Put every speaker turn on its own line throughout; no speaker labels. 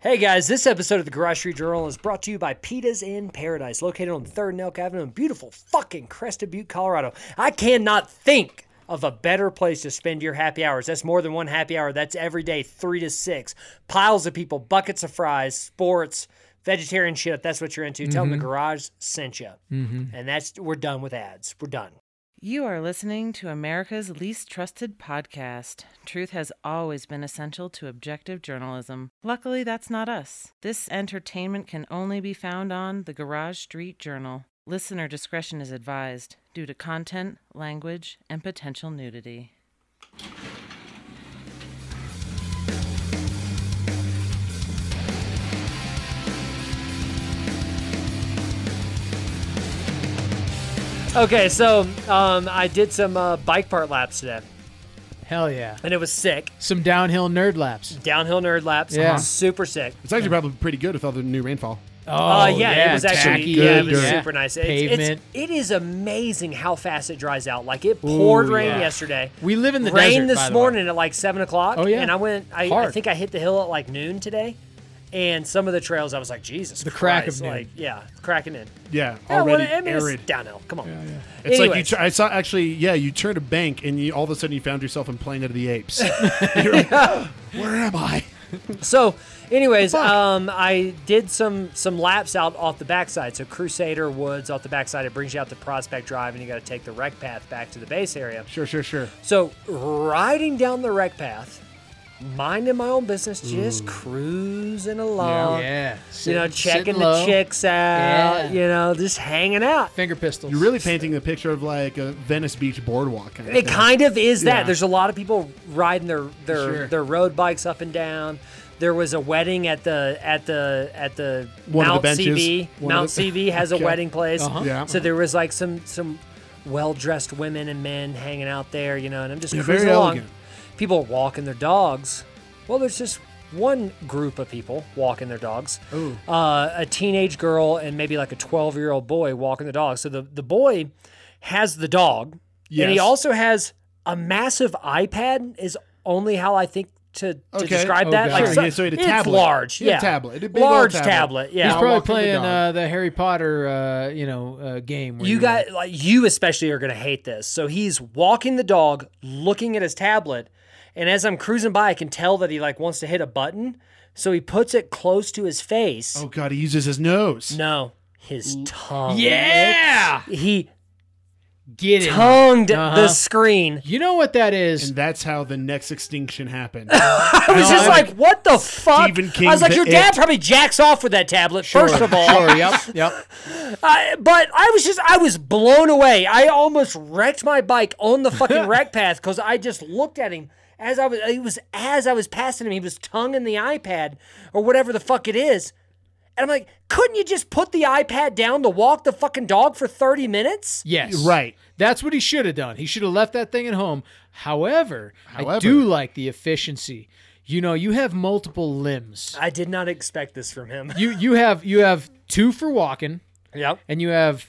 Hey guys, this episode of the Garage Street Journal is brought to you by Pitas in Paradise, located on 3rd and Elk Avenue in beautiful fucking Crested Butte, Colorado. I cannot think of a better place to spend your happy hours. That's more than one happy hour, that's every day, 3 to 6. Piles of people, buckets of fries, sports, vegetarian shit. if That's what you're into. Tell them the Garage sent you. And that's, we're done with ads. We're done.
You are listening to America's least trusted podcast. Truth has always been essential to objective journalism. Luckily, that's not us. This entertainment can only be found on the Garage Street Journal. Listener discretion is advised due to content, language, and potential nudity.
Okay, so um, I did some uh, bike part laps today,
Hell yeah.
and it was sick.
Some downhill nerd laps.
Downhill nerd laps,
Yeah.
super sick.
It's actually probably pretty good with all the new rainfall.
Oh,
Uh, yeah, it was actually
tacky,
yeah, it was
dirt,
super nice. It's,
Pavement.
it's it is amazing how fast it dries out. Like it poured
Ooh,
rain
yeah.
yesterday.
We live in the
rain
desert,
this
by the way.
morning at like seven o'clock.
Oh, yeah.
and I went. I, I
Hard.
think I hit the hill at like noon today, and some of the trails I was like Jesus.
The crack
Christ,
of noon.
like yeah, cracking in.
Yeah,
Yeah, what-
already
I mean,
arid.
It's downhill. Come on.
It's like you.
Anyways.
Tr- I saw actually. Yeah, you turned a bank and you all of a sudden you found yourself in Planet of the Apes. You're like, Where am I?
So, anyways,
Fuck.
um, I did some some laps out off the backside. So Crusader Woods off the backside. It brings you out to Prospect Drive, and you got to take the rec path back to the base area.
Sure, sure, sure.
So riding down the rec path, minding my own business, just cruising along.
Mm. Yeah.
You know,
Sitting-
checking
sitting
the
low.
chicks out.
Yeah.
You know, just hanging out.
Finger pistols.
You're really painting the picture of like a Venice Beach boardwalk. Kind of
It
thing.
kind of is that.
Yeah.
There's a lot of people riding their their,
Sure.
their road bikes up and down. There was a wedding at the at the at the
One of
Mount
the benches.
CB.
One of
Mount
the-
CB has
Okay.
a wedding place.
Uh-huh.
Yeah.
So there was like some some well dressed women and men hanging out there, you know, and I'm just
Yeah,
cruising
very
along.
elegant.
People are walking their dogs. Well, there's just one group of people walking their dogs. Uh, a teenage girl and maybe like a 12 year old boy walking the dog. So the, the boy has the dog, and he
Yes.
also has a massive iPad. Is only how I think to, to
Okay.
describe
Oh,
that.
God.
Like
Sure,
yeah, so he had a
it's
tablet.
large,
He had a
yeah,
tablet. He had a big old
large
tablet.
Yeah,
He's
I'll
probably
walk with the
playing
dog.
uh, the Harry Potter, uh, you know, uh, game. Where
you got like you especially are going to hate this. So he's walking the dog, looking at his tablet, and as I'm cruising by, I can tell that he like wants to hit a button, so he puts it close to his face.
Oh god, he uses his nose.
No, his tongue.
Yeah.
he
"Oh, Get it.
tongued
Uh-huh.
the screen.
You know what that is?
And that's how the next extinction happened.
I was
No,
just
I-
like, "What the fuck?"
Stephen King,
I was like,
The
"Your dad
It.
probably jacks off with that tablet." First of all,
Sure, yep, yep.
I, but I was just, I was blown away. I almost wrecked my bike on the fucking wreck path because I just looked at him as I was, he was, as I was passing him, he was tonguing the iPad or whatever the fuck it is. And I'm like, couldn't you just put the iPad down to walk the fucking dog for 30 minutes?
Yes.
Right.
That's what he should have done. He should have left that thing at home. However, I
However.
do like the efficiency. You know, you have multiple limbs.
I did not expect this from him.
You you have you have two for walking
Yep.
and you have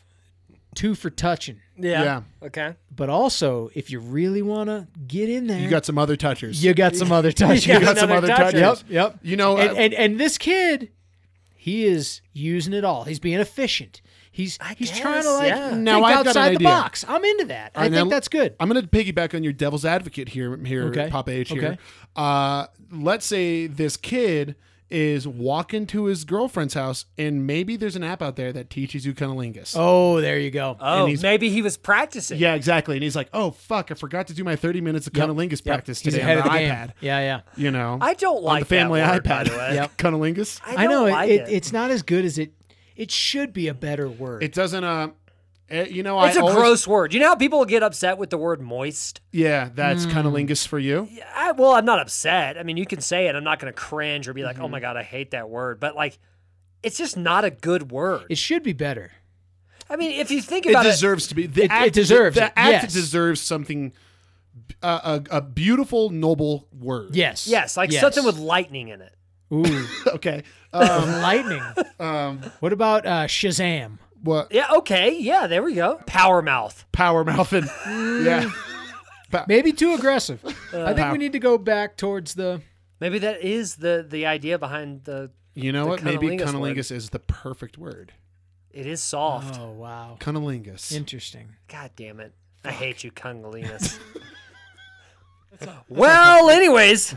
two for touching.
Yeah.
Yeah.
Okay.
But also, if you really want to get in there,
You got some other touchers.
you got some other touching.
Yeah.
You got some
Another
other
toucher.
touchers.
Yep, yep.
You know,
and,
uh,
and and this kid, he is using it all. He's being efficient. He's he's trying to
guess,
like
yeah.
think
Now, I've got an
outside the
idea.
box. I'm into that. I
And
think
I'm-
that's good.
I'm going to piggyback on your devil's advocate here, here,
Okay.
Papa H. Here,
Okay.
uh, let's say this kid is walking to his girlfriend's house, and maybe there's an app out there that teaches you cunnilingus.
Oh, there you go.
Oh,
he's-
maybe he was practicing.
Yeah, exactly. And he's like, "Oh fuck, I forgot to do my 30 minutes of cunnilingus practice
He's
today
ahead
on
of the
the
game.
iPad."
Yeah, yeah.
You know,
I don't like
on the family
that word, by
iPad.
the way.
Yep.
cunnilingus.
I,
I,
don't
know it,
like
it,
it.
it's not as good as it. It should be a better word.
It doesn't. Uh, eh, you know,
It's
I
a
always-
gross word. You know how people get upset with the word moist?
Yeah, that's cunnilingus for you.
I, well, I'm not upset. I mean, you can say it. I'm not going to cringe or be like, "Oh my god, I hate that word." But like, it's just not a good word.
it should be better.
I mean, if you think
it
about it,
deserves to be. The
It- it
act,
deserves
The,
it,
act
yes.
deserves something. Uh, a, a beautiful, noble word.
Yes.
yes, like something with lightning in it.
ooh
Okay. Uh,
lightning.
um.
What about uh, Shazam?
What?
Yeah, okay, yeah, there we go. Power mouth.
Power mouthing. yeah.
Maybe too aggressive. I think
Pow.
we need to go back towards the
Maybe that is the the idea behind the.
You know
The
what? Maybe
cunnilingus word.
cunnilingus is the perfect word.
It is soft.
Oh wow,
Cunnilingus.
interesting.
God damn it! I hate you, Cungalinus. well, anyways.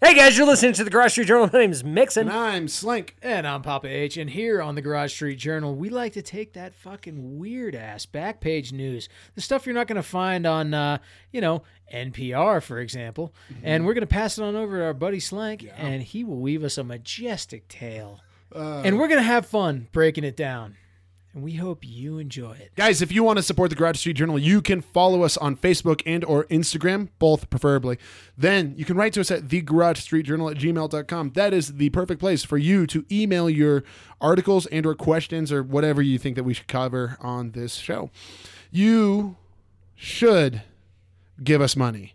Hey guys, you're listening to the Garage Street Journal. My name is Mixon.
and I'm Slank.
And I'm Papa H, and here on the Garage Street Journal, we like to take that fucking weird ass back page news, the stuff you're not going to find on, uh, you know, NPR, for example, and we're going to pass it on over to our buddy Slank, and he will weave us a majestic tale. and we're going to have fun breaking it down, and we hope you enjoy it.
Guys, if you want to support the Garage Street Journal, you can follow us on Facebook and or Instagram, both preferably. Then you can write to us at thegaragestreetjournal at gmail.com. That is the perfect place for you to email your articles and or questions or whatever you think that we should cover on this show. You should give us money.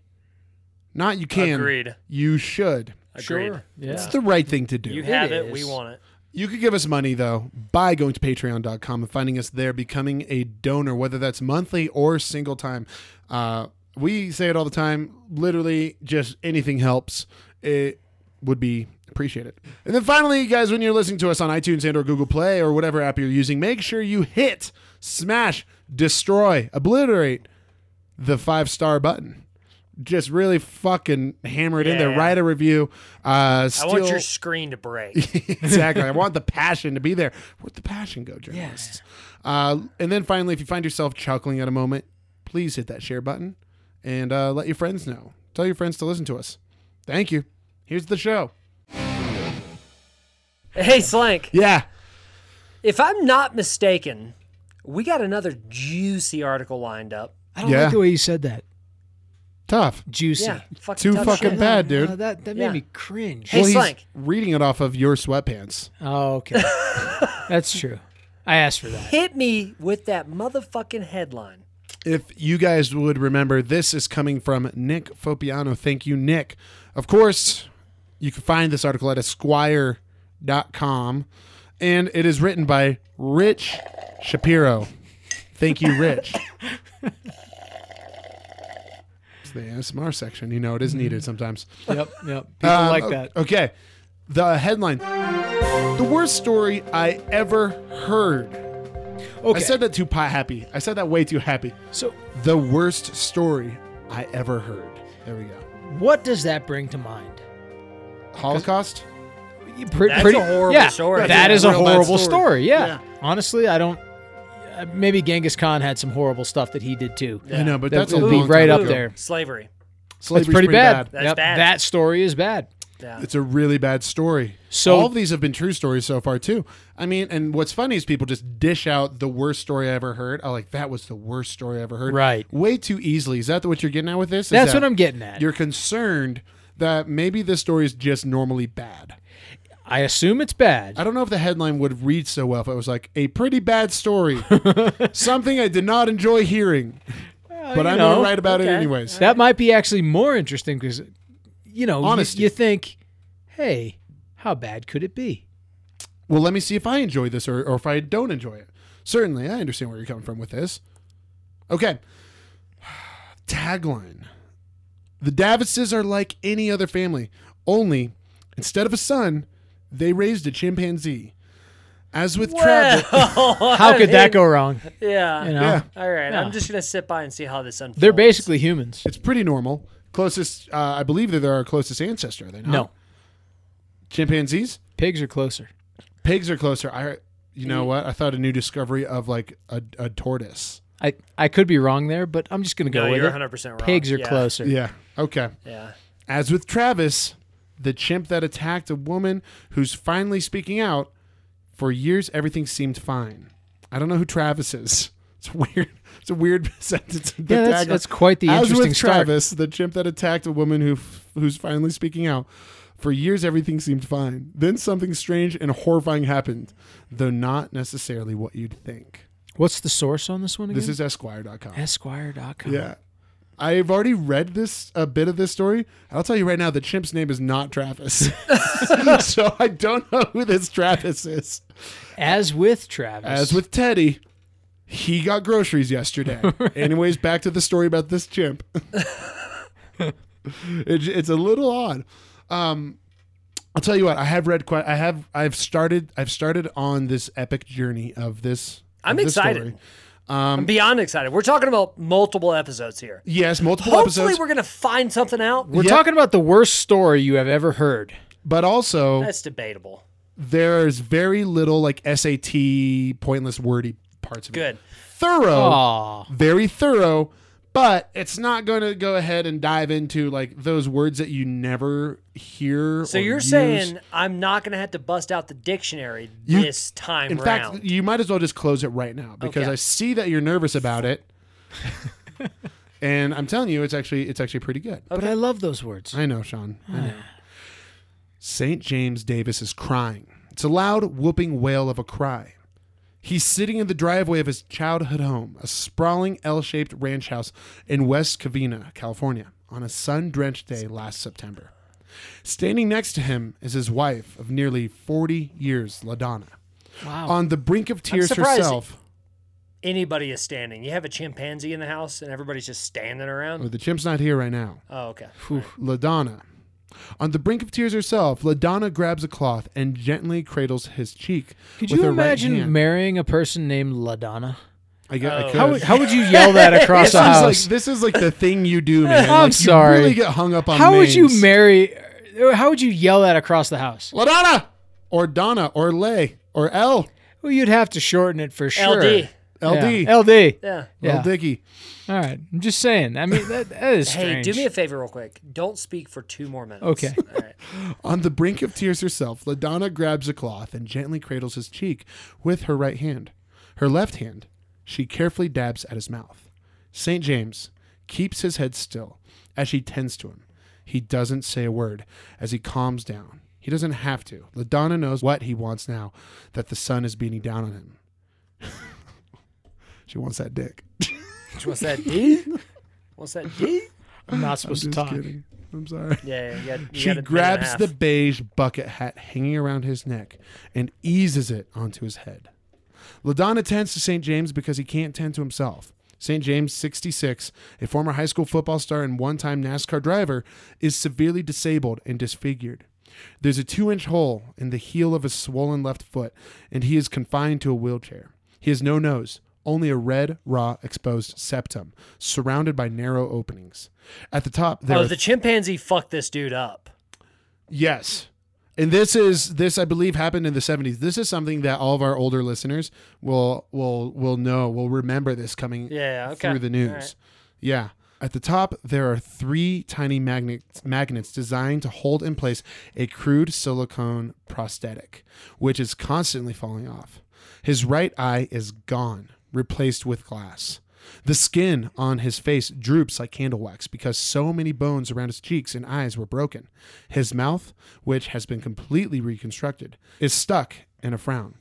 Not you can.
Agreed.
You should.
Agreed.
Yeah.
It's the right thing to do.
You have it. We
is.
want it.
You could give us money though by going to patreon.com and finding us there, becoming a donor, whether that's monthly or single time. Uh, we say it all the time. Literally, just anything helps. It would be appreciated. And then finally, guys, when you're listening to us on iTunes and or Google Play or whatever app you're using, make sure you hit, smash, destroy, obliterate the five star button. Just really fucking hammer it in there.
Yeah.
Write a review. Uh,
I
still,
want your screen to break.
exactly. I want the passion to be there. Where'd the passion go, journalists? Uh, and then finally, if you find yourself chuckling at a moment, please hit that share button and uh, let your friends know. Tell your friends to listen to us. Thank you. Here's the show.
hey, Slank.
Yeah.
If I'm not mistaken, we got another juicy article lined up.
I don't
Yeah.
like the way you said that.
Tough.
Juicy.
Yeah, fucking
Too
tough
fucking
shit.
bad. dude.
No, uh, that that made
Yeah.
me cringe.
Hey,
he's
Slank.
reading it off of your sweatpants.
Oh, okay. That's true. I asked for that.
Hit me with that motherfucking headline.
If you guys would remember, this is coming from Nick Fopiano. Thank you, Nick. Of course, you can find this article at esquire.com, and it is written by Rich Shapiro. Thank you, Rich. it's the ASMR section. You know, it is needed sometimes.
Yep, yep. Mm-hmm. People like
Um,
that.
Okay. The headline The worst story I ever heard.
Okay.
I said that too pie happy. I said that way too happy.
so
The worst story I ever heard. There we go.
What does that bring to mind?
Holocaust?
That's a horrible
yeah,
story.
That
Yeah.
is a
Real bad
horrible
story.
story. Yeah.
Yeah.
Honestly, I don't. uh, Maybe Genghis Khan had some horrible stuff that he did too.
I know, but
That
that's a
would be
long
right
time
up
ago.
there.
Slavery.
That's
Slavery's
pretty, bad.
That's
Yep,
bad.
That story is bad.
Yeah.
It's a really bad story.
So-
all of these have been true stories so far too. I mean, and what's funny is people just dish out the worst story I ever heard. Oh, like that was the worst story I ever heard.
Right.
Way too easily. Is that what you're getting at with this? Is
That's
that
what I'm getting at.
You're concerned that maybe this story is just normally bad.
I assume it's bad.
I don't know if the headline would read so well if it was like a pretty bad story, something I did not enjoy hearing, but
Oh, you
I'm
know,
gonna write about it
okay.
anyways.
That might be actually more interesting because, you know, you,
Honesty.
you think, hey, how bad could it be?
Well, let me see if I enjoy this or, or if I don't enjoy it. Certainly, I understand where you're coming from with this. Okay. Tagline The Davises are like any other family, only instead of a son, they raised a chimpanzee. As with tragic.
How could that go wrong?
Yeah.
You know,
Yeah.
All right.
Yeah.
I'm just gonna sit by and see how this unfolds.
they're basically humans.
It's pretty normal. Closest, uh, I believe that they're our closest ancestor. Are they not?
No,
Chimpanzees?
pigs are closer.
Pigs are closer. I, you
Mm.
know what? I thought a new discovery of like a, a tortoise.
I I could be wrong there, but I'm just gonna go
No,
with
you're
it.
100 percent wrong.
Pigs are
yeah.
closer.
Yeah. Okay.
Yeah.
As with Travis, the chimp that attacked a woman who's finally speaking out, for years everything seemed fine. I don't know who Travis is. It's weird. It's a weird sentence. The
Yeah, that's,
tagline-
that's quite the
As
interesting
with
start.
Travis, the chimp that attacked a woman who who's finally speaking out. For years everything seemed fine. Then something strange and horrifying happened, though not necessarily what you'd think.
What's the source on this one again?
This is Esquire.com.
Esquire.com.
Yeah. I've already read this a bit of this story. I'll tell you right now, the chimp's name is not Travis, so I don't know who this Travis is.
As with Travis.
As with Teddy, he got groceries yesterday. Anyways, back to the story about this chimp. it, it's a little odd. Um, I'll tell you what. I have read. Quite, I have. I've started. I've started on this epic journey of this. of
I'm
this
excited.
story.
I'm beyond excited. We're talking about multiple episodes here.
Yes, multiple
Hopefully,
episodes,
we're going to find something out.
We're
Yep.
talking about the worst story you have ever heard.
but also
That's debatable.
there's very little like SAT pointless wordy parts of it.
Good.
Thorough.
Aw.
very thorough, but it's not going to go ahead and dive into like those words that you never hear.
So
or
you're
use.
saying I'm not going to have to bust out the dictionary
You-
this time
in
round?
fact, you might as well just close it right now because
Okay.
I see that you're nervous about it, and I'm telling you, it's actually it's actually pretty good.
But I love those words.
I know, Sean. I know. St. James Davis is crying. It's a loud, whooping wail of a cry. He's sitting in the driveway of his childhood home, a sprawling L shaped ranch house in West Covina, California, on a sun drenched day last September. Standing next to him is his wife of nearly 40 years, LaDonna.
Wow.
On the brink of tears
surprised-
herself.
Anybody is standing. You have a chimpanzee in the house, and everybody's just standing
Oh,
around.
the chimp's not here right now.
Oh, okay.
LaDonna. On the brink of tears herself, LaDonna grabs a cloth and gently cradles his cheek.
Could
with
you
her right
imagine
hand. marrying
marrying a person named LaDonna?
I, gue- I
Oh.
could.
How would, how would you yell that across
this,
the
is
house?
like, this is like the thing you do,
I'm
man. Like,
sorry.
You really get hung up on
how would you
names.
marry? How would you yell that across the house?
LaDonna? Or Donna? Or Lay? Or L?
Well, you'd have to shorten it for sure.
LD.
LD?
Yeah. LD.
Yeah.
Lil
Yeah.
Dicky.
All right. I'm just saying. I mean, that, that is
Hey,
strange.
do me a favor, real quick. Don't speak for two more minutes.
Okay.
All right.
On the brink of tears herself, LaDonna grabs a cloth and gently cradles his cheek with her right hand. Her left hand, she carefully dabs at his mouth. St. James keeps his head still as she tends to him. He doesn't say a word as he calms down. He doesn't have to. LaDonna knows what he wants now that the sun is beating down on him. she wants that dick.
What's that D? What's that D?
I'm not supposed to
Just
talk.
kidding. I'm sorry.
Yeah, you got, you
She
got a minute and a
grabs
half.
the beige bucket hat hanging around his neck and eases it onto his head. LaDonna tends to St. James because he can't tend to himself. St. James, 66, a former high school football star and one time NASCAR driver, is severely disabled and disfigured. There's a two inch hole in the heel of his swollen left foot, and he is confined to a wheelchair. He has no nose, only a red, raw, exposed septum, surrounded by narrow openings. At the top, there
Oh,
are
the chimpanzee fucked this dude up.
Yes. And this is this I believe happened in the 70s. This is something that all of our older listeners will will will know, will remember this coming
Yeah, okay.
through the
All
news.
right.
Yeah. At the top there are 3 tiny magnets magnets designed to hold in place a crude silicone prosthetic which is constantly falling off. His right eye is gone, replaced with glass. The skin on his face droops like candle wax because so many bones around his cheeks and eyes were broken. His mouth, which has been completely reconstructed, is stuck in a frown.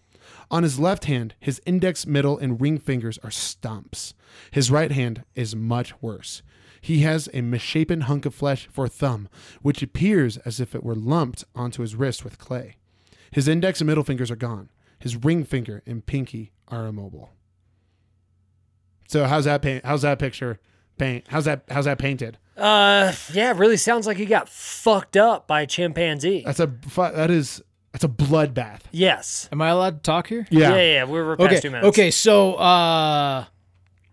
On his left hand, his index, middle, and ring fingers are stumps. His right hand is much worse. He has a misshapen hunk of flesh for thumb, which appears as if it were lumped onto his wrist with clay. His index and middle fingers are gone. His ring finger and pinky are immobile. So how's that paint? How's that picture paint? How's that? How's that painted?
Uh, yeah, it really sounds like he got fucked up by a chimpanzee.
That's a fu- that is that's a bloodbath.
yes.
Am I allowed to talk here?
Yeah, yeah, yeah, we were past
Okay.
two minutes.
Okay. So, uh,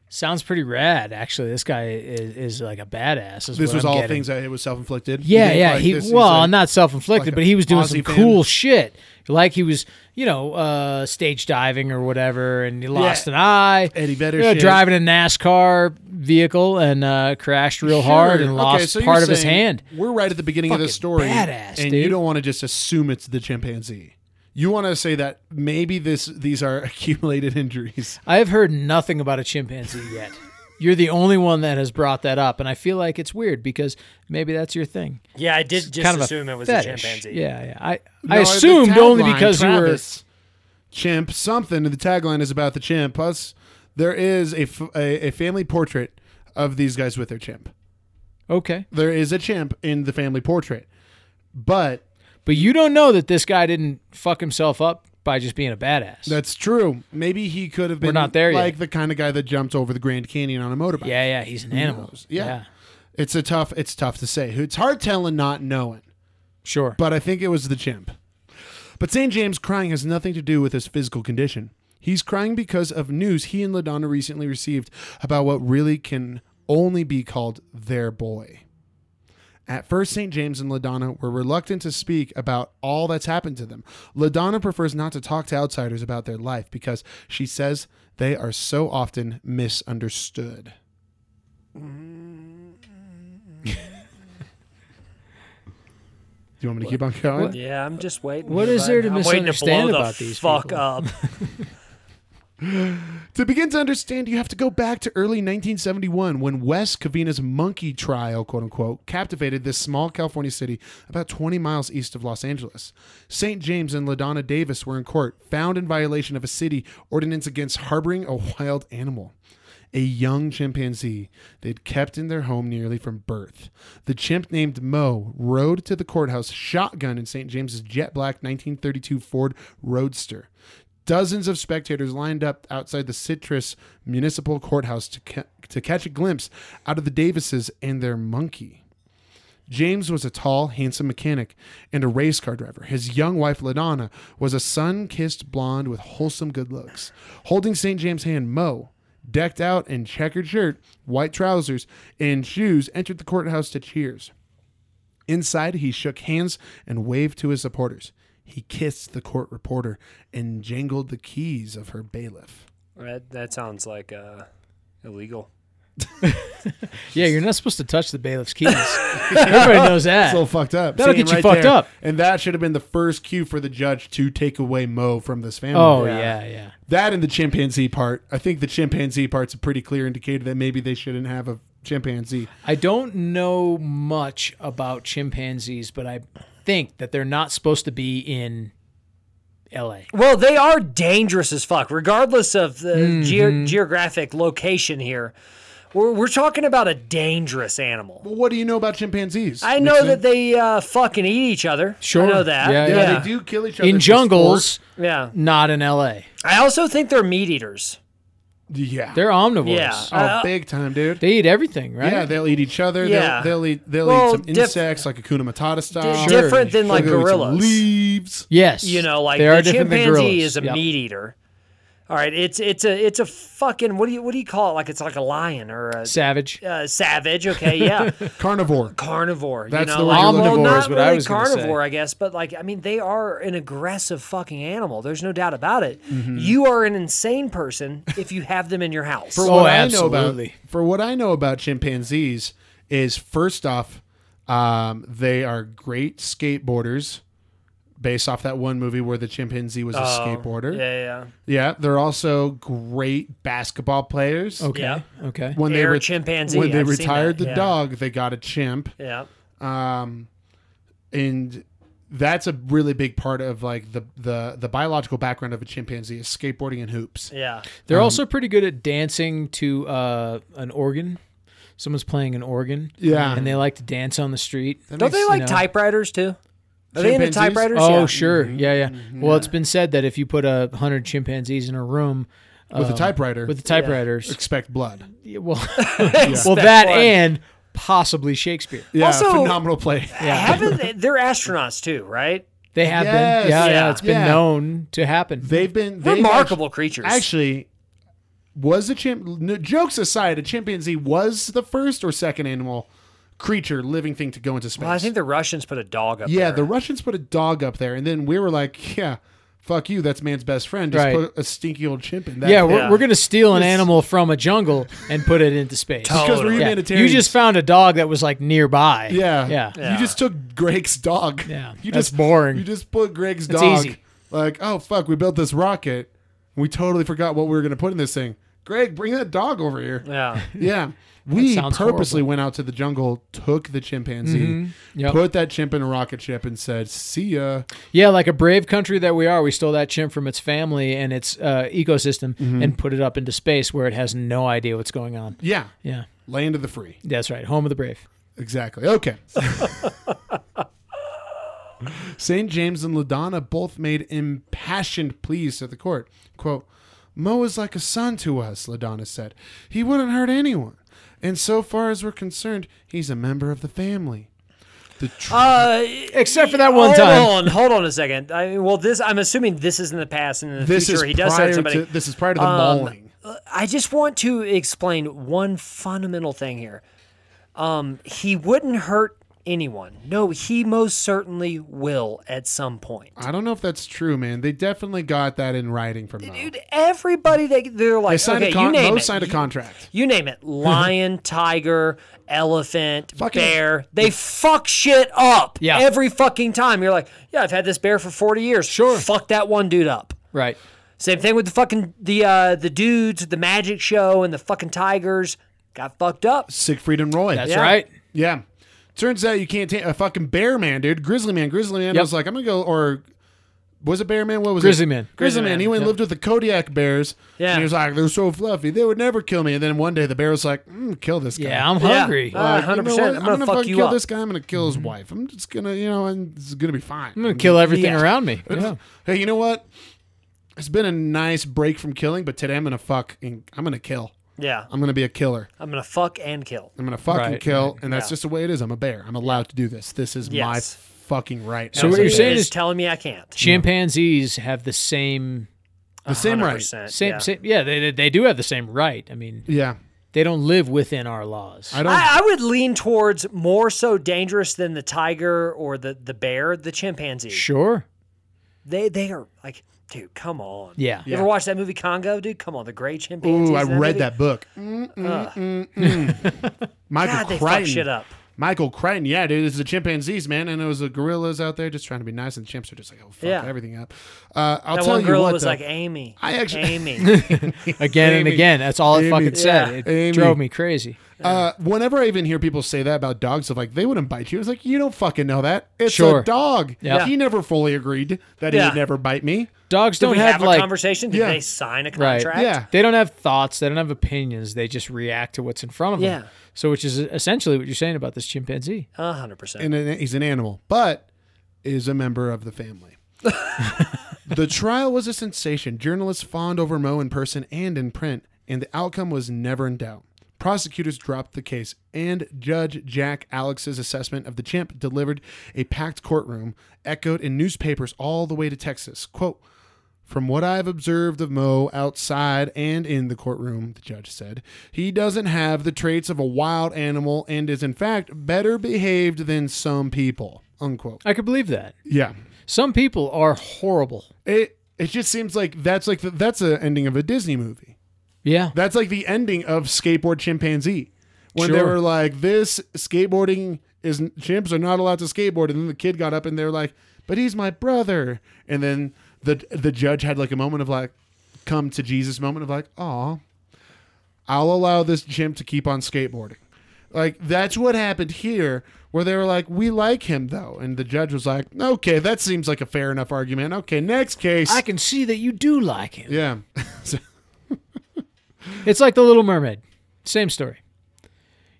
sounds pretty rad. Actually, this guy is, is like a badass. is
This
what
was
I'm
all
getting.
things that it was self-inflicted.
Yeah,
He-
yeah.
like,
He
this is
well,
a-
not self-inflicted,
like a
but he was doing some
Aussie fan.
cool shit. Like he was, you know, uh, stage diving or whatever, and he lost an eye.
Eddie Vedder
you know,
shit.
driving a NASCAR vehicle and uh, crashed real hard
Sure.
and
Okay,
lost
so you're
part of his
saying
hand.
We're right at the beginning of the
Fucking
story,
badass,
and you
dude.
don't want to just assume it's the chimpanzee. You want to say that maybe this these are accumulated injuries.
I have heard nothing about a chimpanzee yet. You're the only one that has brought that up, and I feel like it's weird because maybe that's your thing.
Yeah, I did just
kind of
assume it was a
fetish.
chimpanzee.
Yeah, yeah. I
No,
I
the
assumed only
tagline,
because you were
Travis, chimp something. The tagline is about the chimp. Plus, there is a, f- a a family portrait of these guys with their chimp.
okay.
There is a chimp in the family portrait, but
But you don't know that this guy didn't fuck himself up by just being a badass.
that's true. Maybe he could have been
not there yet.
like the kind of guy that jumped over the Grand Canyon on a motorbike.
yeah, yeah, he's an animal.
knows? Yeah. It's a tough. It's tough to say. It's hard telling not knowing.
Sure.
but I think it was the chimp. But St. James crying has nothing to do with his physical condition. He's crying because of news he and LaDonna recently received about what really can only be called their boy. At first, St. James and LaDonna were reluctant to speak about all that's happened to them. LaDonna prefers not to talk to outsiders about their life because she says they are so often misunderstood. Do you want me to keep on going?
Yeah, I'm just waiting.
What is there to
I'm waiting
misunderstand
blow the
about these
Fuck
people?
up.
To begin to understand, you have to go back to early 1971 when Wes Covina's monkey trial, quote unquote, captivated this small California city about 20 miles east of Los Angeles. St. James and LaDonna Davis were in court, found in violation of a city ordinance against harboring a wild animal. A young chimpanzee they'd kept in their home nearly from birth. The chimp named Mo rode to the courthouse shotgun in St. James's jet black 1932 Ford Roadster. Dozens of spectators lined up outside the Citrus Municipal Courthouse to, ca- to catch a glimpse out of the Davises and their monkey. James was a tall, handsome mechanic and a race car driver. His young wife, LaDonna, was a sun kissed blonde with wholesome good looks. Holding St. James' hand, Mo, decked out in checkered shirt, white trousers, and shoes, entered the courthouse to cheers. Inside, he shook hands and waved to his supporters. He kissed the court reporter and jangled the keys of her bailiff.
That, that sounds like uh, illegal.
Yeah, you're not supposed to touch the bailiff's keys. Everybody knows that.
It's a little fucked up.
That'll
Sitting
get you fucked up.
And that should have been the first cue for the judge to take away Mo from this family.
oh yeah, yeah.
That and the chimpanzee part. I think the chimpanzee part's a pretty clear indicator that maybe they shouldn't have a chimpanzee.
I don't know much about chimpanzees, but I think that they're not supposed to be in L.A.
Well, they are dangerous as fuck, regardless of the
Mm-hmm.
geo- geographic location here. We're, we're talking about a dangerous animal.
Well, what do you know about chimpanzees?
I know
Nixon?
that they uh, fucking eat each other.
Sure.
I know that.
Yeah,
Yeah,
Yeah,
yeah.
they do kill each other.
In
for
jungles, not in L.A.
I also think they're meat eaters.
sport. Yeah.
They're omnivores.
Yeah.
oh,
Uh,
big time, dude.
They eat everything, right?
yeah, they'll eat each other.
Yeah.
They'll, they'll eat they'll
Well,
eat some
dif-
insects like a kuna matata style.
Sure.
Different than like
They'll eat some
gorillas.
Leaves.
Yes.
You know, like
they are
the
different than
chimpanzee
gorillas.
is a
Yep.
meat eater. All right, it's it's a it's a fucking what do you what do you call it? Like it's like a lion or a
savage.
uh, savage. Okay, yeah,
Carnivore.
carnivore.
That's
you know,
the word
like,
you're
well,
looking for
not
is what I
really
was gonna say.
carnivore, I guess, but like I mean, they are an aggressive fucking animal. There's no doubt about it.
Mm-hmm.
You are an insane person if you have them in your house.
For
Oh,
what I know
absolutely.
about for what I know about chimpanzees is first off, um, they are great skateboarders. Based off that one movie where the chimpanzee was a
Oh,
skateboarder.
Yeah, yeah.
Yeah, they're also great basketball players.
Okay.
Yeah.
Okay.
When
Oh, They're a
ret-
chimpanzee,
when they
I've seen
retired
that,
the
yeah.
dog, they got a chimp,
Yeah.
um, and that's a really big part of like the the the biological background of a chimpanzee is skateboarding and hoops.
Yeah.
They're
Um,
also pretty good at dancing to uh, an organ. Someone's playing an organ.
Yeah.
And they like to dance on the street.
Don't they like
know-
typewriters too? Are they into
Chimpanzees?
typewriters?
Oh,
yeah.
sure.
Mm-hmm.
Yeah, yeah. Well, it's been said that if you put a hundred chimpanzees in a room
With a
um,
typewriter,
with the typewriters,
expect blood.
yeah, well, well,
Expect
that
one.
and possibly Shakespeare.
Yeah,
Also-
phenomenal play.
Haven't they're astronauts too, right?
They have
Yes.
been. Yeah, yeah,
Yeah.
It's been
Yeah.
known to happen.
They've been they
Remarkable creatures.
Actually, was the chimp? No, jokes aside, a chimpanzee was the first or second animal creature, living thing to go into space.
well, I think the Russians put a dog up.
yeah,
there.
the Russians put a dog up there, and then we were like, yeah, fuck you, that's man's best friend. Just
Right.
put a stinky old chimp in that.
yeah, we're,
yeah.
we're gonna steal an animal from a jungle and put it into space.
because we're
Totally.
Yeah.
humanitarian.
You just found a dog that was like nearby.
yeah,
yeah.
You just took Greg's dog.
Yeah,
you
that's
just
boring.
You just put Greg's
It's
dog.
easy.
Like, oh fuck, we built this rocket. We totally forgot what we were gonna put in this thing. Greg, bring that dog over here.
Yeah.
Yeah. We
sounds
purposely went out to the jungle, took the chimpanzee,
Mm-hmm.
Yep.
put that chimp in a rocket ship, and said, See ya.
Yeah, like a brave country that we are, we stole that chimp from its family and its uh, ecosystem
Mm-hmm.
and put it up into space where it has no idea what's going on.
Yeah.
Yeah,
Land of the free.
that's right. Home of the brave.
Exactly. Okay. St. James and LaDonna both made impassioned pleas to the court. Quote, Mo is like a son to us, LaDonna said. He wouldn't hurt anyone. And so far as we're concerned, he's a member of the family. The tr-
Uh,
Except for that one
hold
time.
on, hold on a second. I, well, this I'm assuming this is in the past and in the
this
future
is
he does
prior
have somebody.
to this is prior to the
Um,
mauling.
I just want to explain one fundamental thing here. Um, he wouldn't hurt anyone. No, he most certainly will at some point.
I don't know if that's true, man. They definitely got that in writing from them.
Dude, everybody they they're like,
they signed
okay,
a con-
you name
Mo
it.
signed a
You-
contract.
You name it. Lion, tiger, elephant,
Fucking-
bear. They fuck shit up
Yeah.
every fucking time. You're like, yeah, I've had this bear for 40 years. Sure. Fuck that one dude up.
Right.
Same thing with the fucking the uh the dudes, the magic show and the fucking tigers got fucked up.
Siegfried and Roy.
That's
Yeah.
right.
yeah. Turns out you can't take a fucking bear man, dude. Grizzly man, grizzly man.
Yep.
I was like, I'm gonna go or was it bear man? What was
Grizzly
it?
Man.
Grizzly man. He went and lived with the Kodiak bears.
Yeah.
And he was like, they're so fluffy, they would never kill me. And then one day the bear was like, mm, kill this guy.
Yeah, I'm
Yeah.
hungry.
Uh,
Like,
100%.
what?
I'm gonna fuck
fucking
you
kill
up.
this guy. I'm gonna kill his wife. I'm just gonna, you know, and it's gonna be fine.
I'm gonna kill everything
Yeah.
around me. Yeah.
Hey, you know what? It's been a nice break from killing, but today I'm gonna fuck and I'm gonna kill.
Yeah.
I'm gonna be a killer.
I'm gonna fuck and kill.
I'm gonna fuck and
Right,
kill, and that's
Yeah.
just the way it is. I'm a bear. I'm allowed to do this. This is my
Yes.
fucking right.
So
as
what
a
you're
bear.
saying
It's
is-
telling me I can't.
Chimpanzees have the same
the same right?
100%,
same
Uh, yeah.
same yeah, they they- they do have the same right. I mean,
Yeah,
they don't live within our laws.
I don't.
I, I would lean towards more so dangerous than the tiger or the, the bear, the chimpanzee.
Sure.
They they are like, dude, come on.
Yeah.
You ever watch that movie Congo, dude? Come on, the gray chimpanzees.
ooh, I
in that
read
movie?
that book.
Ugh.
Michael
God, they
Crichton.
fuck shit up.
Michael Crichton, yeah, dude, it's the chimpanzees, man, and it was the gorillas out there just trying to be nice, and the chimps are just like, oh, fuck
Yeah.
everything up. Uh, I'll
that
tell
one
you
girl
what,
was
though.
like, Amy.
I actually-
Amy.
Again and
Amy.
again. That's all
Amy.
it fucking said.
Yeah.
It
Amy.
drove me crazy.
Uh, whenever I even hear people say that about dogs, of like they wouldn't bite you. It's like you don't fucking know that. It's
Sure.
a dog.
Yeah.
He never fully agreed that he
Yeah.
would never bite me.
Dogs
Did
don't
we have, a
like
conversation? Did
Yeah.
they sign a
Right.
contract?
Yeah.
They don't have thoughts. They don't have opinions. They just react to what's in front of them.
Yeah.
So, which is essentially what you're saying about this chimpanzee.
A hundred percent.
And an, he's an animal, but is a member of the family. the trial was a sensation. Journalists fawned over Moe in person and in print, and the outcome was never in doubt. Prosecutors dropped the case, and Judge Jack Alex's assessment of the chimp delivered a packed courtroom, echoed in newspapers all the way to Texas. Quote, from what I've observed of Moe outside and in the courtroom, the judge said, he doesn't have the traits of a wild animal and is in fact better behaved than some people. Unquote.
I could believe that.
Yeah.
Some people are horrible.
It it just seems like that's like the, that's the ending of a Disney movie.
Yeah.
That's like the ending of Skateboard Chimpanzee. When they
Sure.
were like, this skateboarding is chimps are not allowed to skateboard, and then the kid got up and they were like, but he's my brother. And then the the judge had like a moment of like, come to Jesus moment of like, aw, I'll allow this chimp to keep on skateboarding. Like that's what happened here, where they were like, we like him though, and the judge was like, okay, that seems like a fair enough argument. Okay, next case.
I can see that you do like him.
yeah. So-
It's like The Little Mermaid. Same story.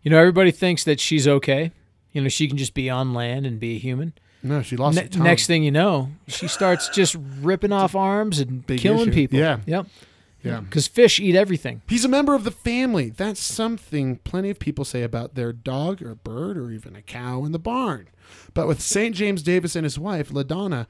You know, everybody thinks that she's okay. You know, she can just be on land and be a human.
no, she lost
Ne-
her tongue.
next thing you know, she starts just ripping off arms and
Big
killing
issue.
people.
Yeah.
Yep.
Yeah.
Because fish eat everything.
He's a member of the family. That's something plenty of people say about their dog or bird or even a cow in the barn. But with St. James Davis and his wife, LaDonna,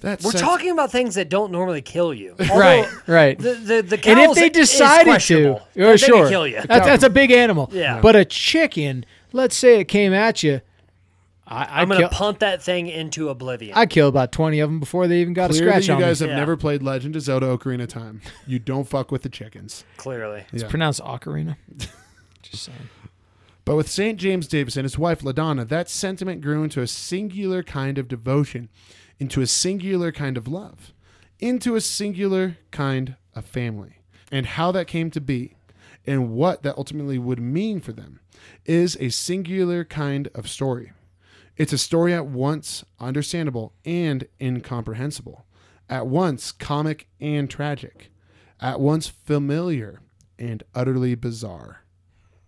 that's
We're talking about things that don't normally kill you.
Right,
Although
right.
The the, the
and
cows
if they
is
decided to,
questionable.
oh,
they
sure,
can kill you.
That's, that's a big animal.
Yeah.
But a chicken, let's say it came at you, I, I
I'm gonna
kill,
punt that thing into oblivion.
I kill about twenty of them before they even got
Clearly,
a scratch
you
on
guys
me.
have
Yeah.
never played Legend of Zelda Ocarina of Time. You don't fuck with the chickens.
clearly,
It's
Yeah.
pronounced ocarina. Just saying.
But with St. James Davis and his wife LaDonna, that sentiment grew into a singular kind of devotion, into a singular kind of love, into a singular kind of family. And how that came to be and what that ultimately would mean for them is a singular kind of story. It's a story at once understandable and incomprehensible, at once comic and tragic, at once familiar and utterly bizarre.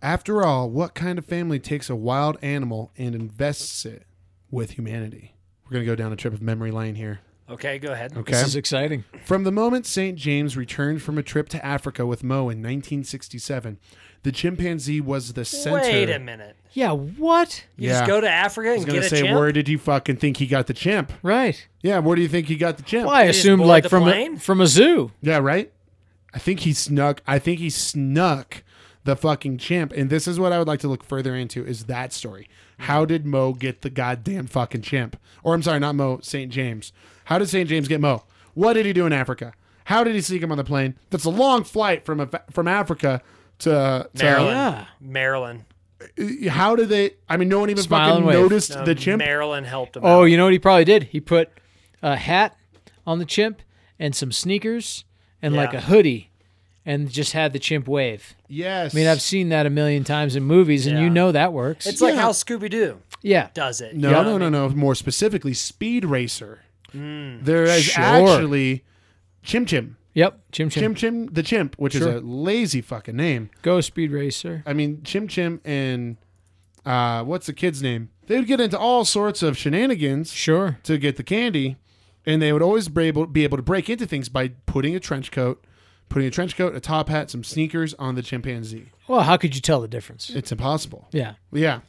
After all, what kind of family takes a wild animal and invests it with humanity? We're going to go down a trip of memory lane here.
Okay, go ahead.
Okay.
This is exciting.
From the moment St. James returned from a trip to Africa with Moe in 1967, the chimpanzee was the center.
Wait a minute.
Yeah, what?
You
Yeah.
just go to Africa
I was
and
going
get
to
a
say,
chimp?
where did you fucking think he got the chimp?
Right.
Yeah, where do you think he got the chimp?
Well, I
They just
assumed
board
like
the
from
plane?
a, from a zoo.
Yeah, right? I think he snuck. I think he snuck the fucking chimp. And this is what I would like to look further into is that story. How did Mo get the goddamn fucking chimp? Or I'm sorry, not Mo, St. James. How did St. James get Mo? What did he do in Africa? How did he sneak him on the plane? That's a long flight from a, from Africa to, to
Maryland.
Yeah.
Maryland.
how did they? I mean, no one even
Smile
fucking
and wave.
noticed
No,
the chimp.
Maryland Um, helped him.
Oh,
out.
you know what he probably did? He put a hat on the chimp and some sneakers and like
Yeah.
a hoodie and just had the chimp wave.
yes,
I mean, I've seen that a million times in movies and
Yeah.
you know that works.
It's like how Scooby Doo
yeah.
does it.
No,
You know
no,
what I
no,
mean?
no. More specifically, Speed Racer. There is
Sure.
actually Chim Chim,
Yep. Chim chim.
Chim Chim the Chimp, which
Sure.
is a lazy fucking name.
Go speed racer.
I mean, Chim Chim and uh, what's the kid's name? They would get into all sorts of shenanigans
Sure.
to get the candy, and they would always be able, be able to break into things by putting a trench coat, putting a trench coat, a top hat, some sneakers on the chimpanzee.
Well, how could you tell the difference?
It's impossible.
Yeah.
Yeah,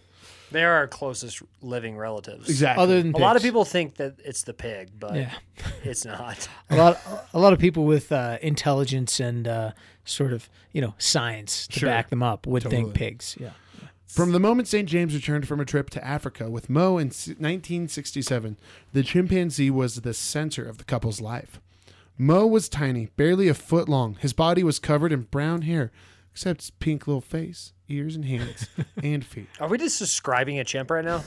They're our closest living relatives.
exactly.
Other than
A lot of
pigs.
people think that it's the pig, but
Yeah.
it's not.
a lot a lot of people with uh, intelligence and uh, sort of you know science to
Sure.
back them up would
Totally.
think pigs. Yeah.
From the moment St. James returned from a trip to Africa with Mo in s- 1967, the chimpanzee was the center of the couple's life. Mo was tiny, barely a foot long. His body was covered in brown hair, except his pink little face, ears, and hands and feet.
Are we just describing a chimp right now?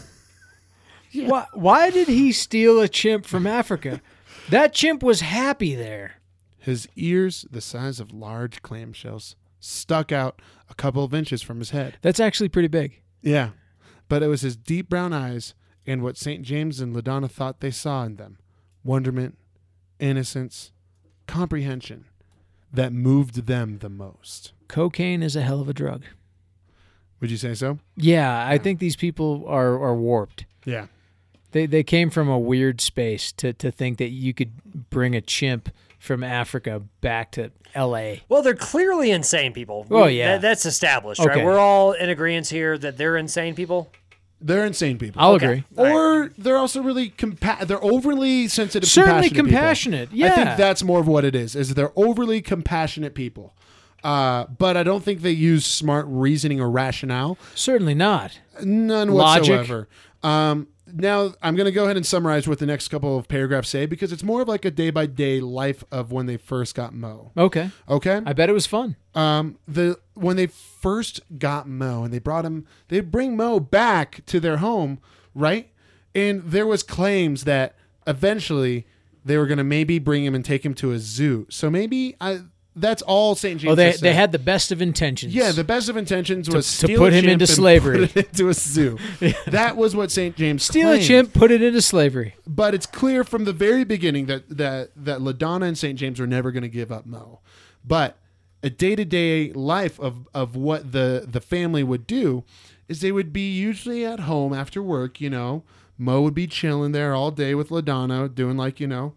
Why why did he steal a chimp from Africa? that chimp was happy there.
His ears, the size of large clamshells, stuck out a couple of inches from his head.
That's actually pretty big.
Yeah, but it was his deep brown eyes and what St. James and LaDonna thought they saw in them wonderment, innocence, comprehension that moved them the most.
Cocaine is a hell of a drug.
Would you say so?
Yeah, I think these people are are warped.
Yeah.
They they came from a weird space to to think that you could bring a chimp from Africa back to L.A.
Well, they're clearly insane people.
Oh,
We-
yeah.
that- that's established, right?
Okay.
We're all in agreement here that they're insane people.
They're insane people.
I'll
Okay.
agree.
All right.
or they're also really compa- they're overly sensitive
Certainly
compassionate
compassionate,
people. i think
yeah.
that's more of what it is is they're overly compassionate people uh, but i don't think they use smart reasoning or rationale
Certainly not.
None
Logic.
whatsoever. Um, now I'm going to go ahead and summarize what the next couple of paragraphs say because it's more of like a day by day life of when they first got Mo.
Okay.
Okay.
I bet it was fun.
Um, the when they first got Mo and they brought him, they bring Mo back to their home, right? And there was claims that eventually they were going to maybe bring him and take him to a zoo. So maybe I. That's all St. James.
Oh, they
has said.
they had the best of intentions.
uh, Yeah, the best of intentions was
to
steal
put
a
him
chimp
into
and
slavery.
put it into a zoo. That was what St. James
steal
claimed.
a chimp, put it into slavery.
But it's clear from the very beginning that that that Ladonna and St. James were never going to give up Mo. But a day to day life of of what the the family would do is they would be usually at home after work. You know, Mo would be chilling there all day with Ladonna, doing like you know.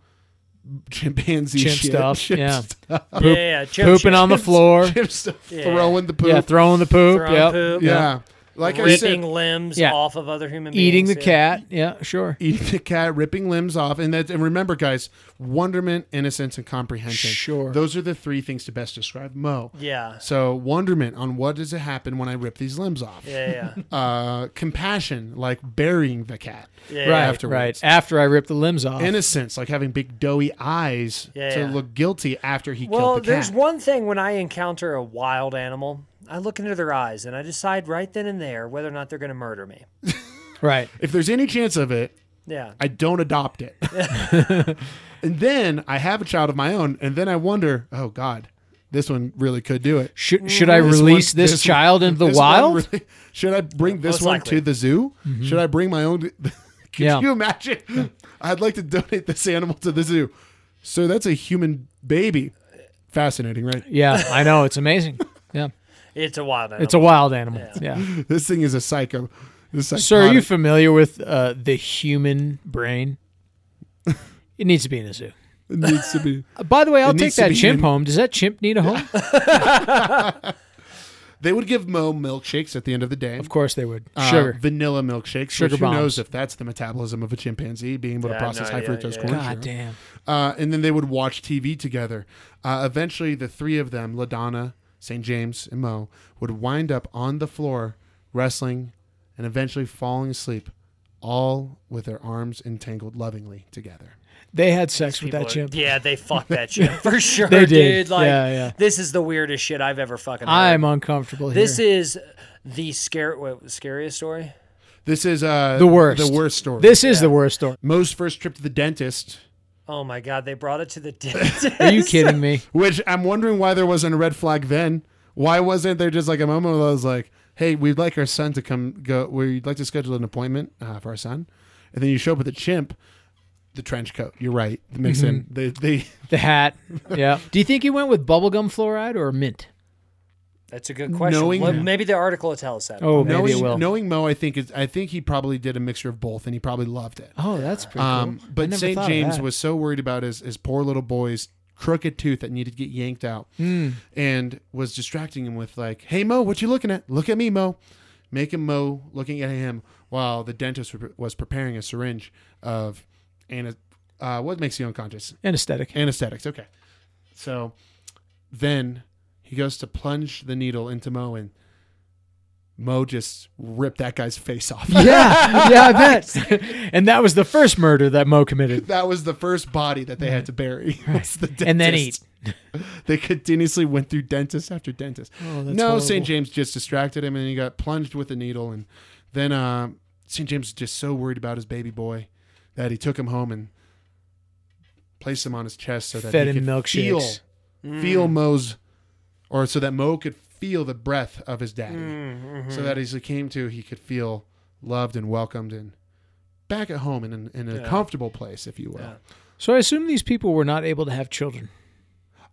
Chimpanzee
Chimp
shit.
stuff,
Chimp
yeah.
stuff.
yeah, yeah, yeah. Chimp
Pooping
shit.
on the floor.
Chimp stuff.
Yeah.
Throwing the poop.
Yeah, throwing the poop.
Throwing
yep.
poop.
yeah. Like I said,
ripping limbs
Yeah.
off of other human beings.
Eating
yeah.
the cat. Yeah, sure.
eating the cat, ripping limbs off, and that. And remember, guys, wonderment, innocence, and comprehension.
Sure.
those are the three things to best describe Mo.
Yeah.
So wonderment on what does it happen when I rip these limbs off.
Yeah, yeah, yeah.
Uh, compassion, like burying the cat.
Yeah,
Right,
afterwards.
right. After I ripped the limbs off.
Innocence, like having big doughy eyes
Yeah,
to
yeah.
look guilty after he
Well,
killed the cat.
there's one thing when I encounter a wild animal, I look into their eyes and I decide right then and there whether or not they're going to murder me.
right.
if there's any chance of it,
Yeah.
I don't adopt it. and then I have a child of my own, and then I wonder, oh God, this one really could do it.
Should should I release
one-
this,
one-
child into the
this one
wild? Mm-hmm.
really- should I bring this
Most
one
likely.
to the zoo? Should I bring my own? Could
Yeah.
you imagine? I'd like to donate this animal to the zoo. So that's a human baby. Fascinating, right?
yeah, I know. It's amazing. Yeah.
It's a wild animal.
It's a wild animal. Yeah.
This thing is a psycho. This
Sir, are you
psychotic-
familiar with uh, the human brain? It needs to be in a zoo.
It needs to be.
Uh, By the way, I'll take
needs to
that
be
chimp
in-
home. Does that chimp need a home?
They would give Mo milkshakes at the end of the day.
Of course they would.
Uh,
Sugar.
vanilla milkshakes.
Sugar
which who
bombs.
knows if that's the metabolism of a chimpanzee being able
Yeah,
to process
no
high
idea,
fructose
yeah,
corn
yeah.
syrup.
God damn.
Uh, and then they would watch TV together. Uh, eventually, the three of them, LaDonna, St. James, and Mo, would wind up on the floor wrestling and eventually falling asleep, all with their arms entangled lovingly together.
They had sex with
People
that
are-
chimp.
Yeah, they fucked that chimp for sure,
They did.
dude. Like,
Yeah, yeah.
this is the weirdest shit I've ever fucking. Heard.
I'm uncomfortable here.
This is the scare what, scariest story.
This is uh,
The worst.
The worst story.
This is the worst story.
Mo's first trip to the dentist,
Oh my god, they brought it to the dentist.
Are you kidding me?
which I'm wondering why there wasn't a red flag then. Why wasn't there just like a moment where I was like, "Hey, we'd like our son to come go. We'd like to schedule an appointment uh, for our son," and then you show up with a chimp, the trench coat. You're right. It makes
Mm-hmm.
sense. They, they
The hat. Yeah. Do you think he went with bubblegum fluoride or mint?
That's a good question.
Knowing-
Well, maybe the article will tell us that.
Oh, maybe it
knowing,
will.
knowing Mo, I think is I think he probably did a mixture of both, and he probably loved it.
Oh, that's pretty
Um,
cool. I
but
never
St.
thought of
James
that.
was so worried about his, his poor little boy's crooked tooth that needed to get yanked out
Hmm.
and was distracting him with like, hey, Mo, what you looking at? Look at me, Mo. Making Mo looking at him while the dentist were- was preparing a syringe of ana- uh, what makes you unconscious?
anesthetic.
Anesthetics. Okay. So then he goes to plunge the needle into Mo and Mo just ripped that guy's face off.
yeah, yeah, I bet. and that was the first murder that Mo committed.
that was the first body that they had to bury. was the
And then
dentist. They continuously went through dentist after dentist.
Oh, that's
no,
horrible.
St. James just distracted him, and he got plunged with a needle. And then uh, St. James was just so worried about his baby boy that he took him home and placed him on his chest so that
Fed
he
him
could
milkshakes.
feel, feel Mo's, or so that Mo could feel the breath of his daddy, so that as he came to, he could feel loved and welcomed and back at home in, an, in a comfortable place, if you will.
So I assume these people were not able to have children,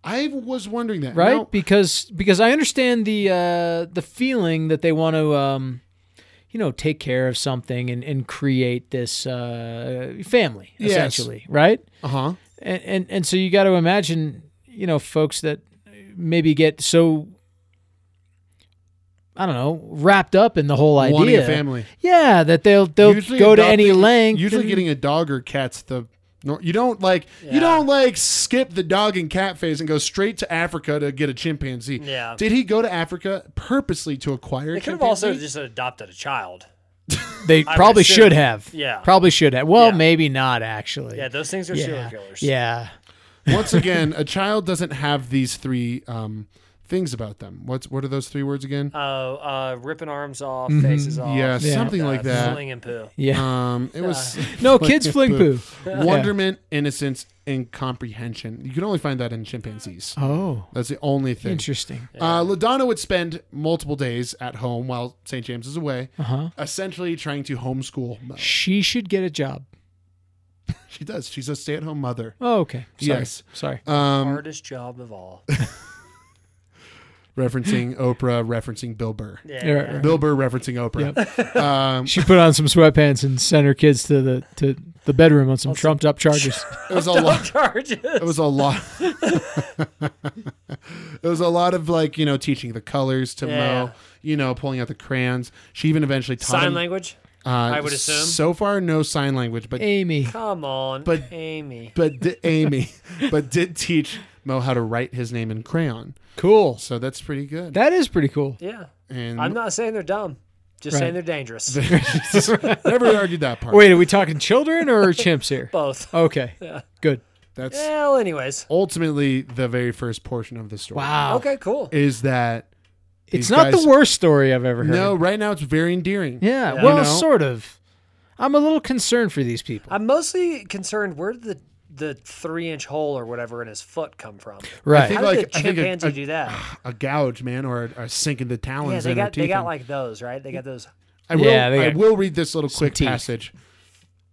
I was wondering that.
right?
No,
Because because I understand the uh, the feeling that they want to um, you know take care of something and, and create this uh, family
Yes.
essentially, right?
uh huh.
and and, and so you got to imagine you know folks that maybe get so I don't know wrapped up in the whole idea
Wanting a family.
yeah that they'll they'll go to any
adopting-
length
Usually,
and-
getting a dog or cat's the. nor- You don't like
Yeah.
you don't like skip the dog and cat phase and go straight to Africa to get a chimpanzee.
Yeah.
Did he go to Africa purposely to acquire?
They
a
could have also
chimpanzee?
just adopted a child.
they
would
probably
assume.
should have
Yeah.
probably should have well
Yeah.
maybe not actually
Yeah, those things are serial
yeah
killers.
yeah
once again a child doesn't have these three um, things about them. What's what are those three words again?
Uh, uh, ripping arms off, faces off.
Mm-hmm. yeah,
stuff
something like that.
Slinging poo.
yeah
Um, it was
Uh,
no kids fling poo
wonderment, innocence, and comprehension. You can only find that in chimpanzees.
oh
That's the only thing.
interesting
Uh, LaDonna would spend multiple days at home while St. James is away,
uh-huh
essentially trying to homeschool Mo.
she should get a job
She does. She's a stay at home mother.
oh okay sorry
Yes.
sorry
Um,
Hardest job of all.
referencing Oprah, referencing Bill Burr.
Yeah.
You're right, right.
Bill Burr referencing Oprah. Um,
She put on some sweatpants and sent her kids to the to the bedroom on some trumped up charges.
it was a lot.
Charges.
It was a lot. it was a lot of like you know teaching the colors to
Yeah.
Mo, you know pulling out the crayons. She even eventually taught
Sign
him,
language.
Uh,
I would assume.
So far, no sign language, but
Amy.
Come on,
But-
Amy.
but di- Amy, but did teach Mo how to write his name in crayon.
Cool.
So that's pretty good.
That is pretty cool.
Yeah,
and
I'm not saying they're dumb. Just
Right.
saying they're dangerous.
never argued that part.
Wait, are we talking children or chimps here?
Oh.
Both.
Okay. Good.
That's
Well, anyways.
ultimately the very first portion of the story.
Wow.
Okay, cool.
Is that
It's
these
not
guys-
the worst story I've ever heard.
No, right now it's very endearing.
Yeah.
Yeah.
Well,
You know?
sort of. I'm a little concerned for these people.
I'm mostly concerned where did the the three inch hole or whatever in his foot come from?
right.
think
How
like-
did the
I think a-
chimpanzee
a-
do that?
A gouge, man, or a, a sink in the
Yeah,
talons.
they
in her
got they
teeth.
got like those, right? They got those.
I will,
Yeah, they
I
got
will read this little quick
teeth.
passage.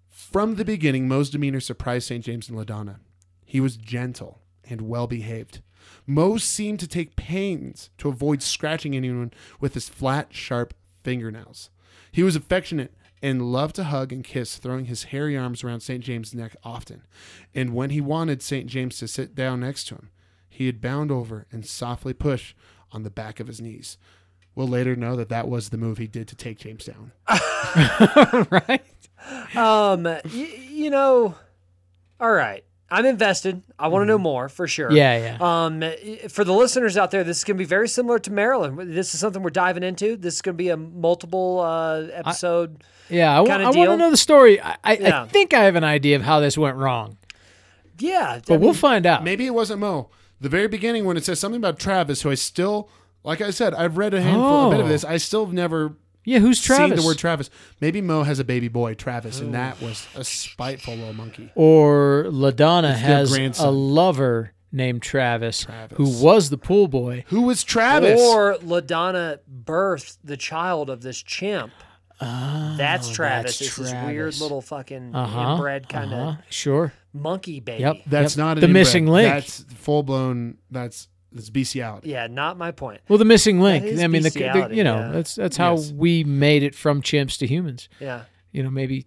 From the beginning, Mo's demeanor surprised St. James and LaDonna. He was gentle and well behaved. Mo seemed to take pains to avoid scratching anyone with his flat, sharp fingernails. He was affectionate and loved to hug and kiss, throwing his hairy arms around St. James's neck often. And when he wanted St. James to sit down next to him, he would bound over and softly push on the back of his knees. We'll later know that that was the move he did to take James down.
right?
Um, y- you know, all right. I'm invested. I want to know more for sure.
Yeah, Mm-hmm. yeah.
Um, i- for the listeners out there, this is going to be very similar to Maryland. This is something we're diving into. This is going to be a multiple uh, episode.
Yeah, I
kinda
want
deal.
to know the story. I, I,
Yeah.
I think I have an idea of how this went wrong,
yeah, I
but we'll
mean,
find out.
Maybe it wasn't Mo. The very beginning when it says something about Travis, who I still, like I said, I've read a handful, a bit of
Oh.
this. I still have never
Yeah, who's Travis? Oh.
seen the word Travis. Maybe Mo has a baby boy, Travis, and that was a spiteful little monkey.
or LaDonna
their
has
grandson.
a lover named Travis,
Travis.
who was the pool boy.
Who was Travis?
Or LaDonna birthed the child of this chimp. that's Travis.
Oh, that's
It's this weird
Travis.
little fucking
Uh-huh,
inbred kind of
uh-huh, Sure.
monkey baby.
Yep.
that's
Yep.
not an
The
inbred.
missing link.
That's full blown. That's that's bestiality.
Yeah, not my point.
Well, the missing link.
is
I mean, the, the
bestiality,
you know
yeah.
that's that's how
Yes.
we made it from chimps to humans.
Yeah.
You know, maybe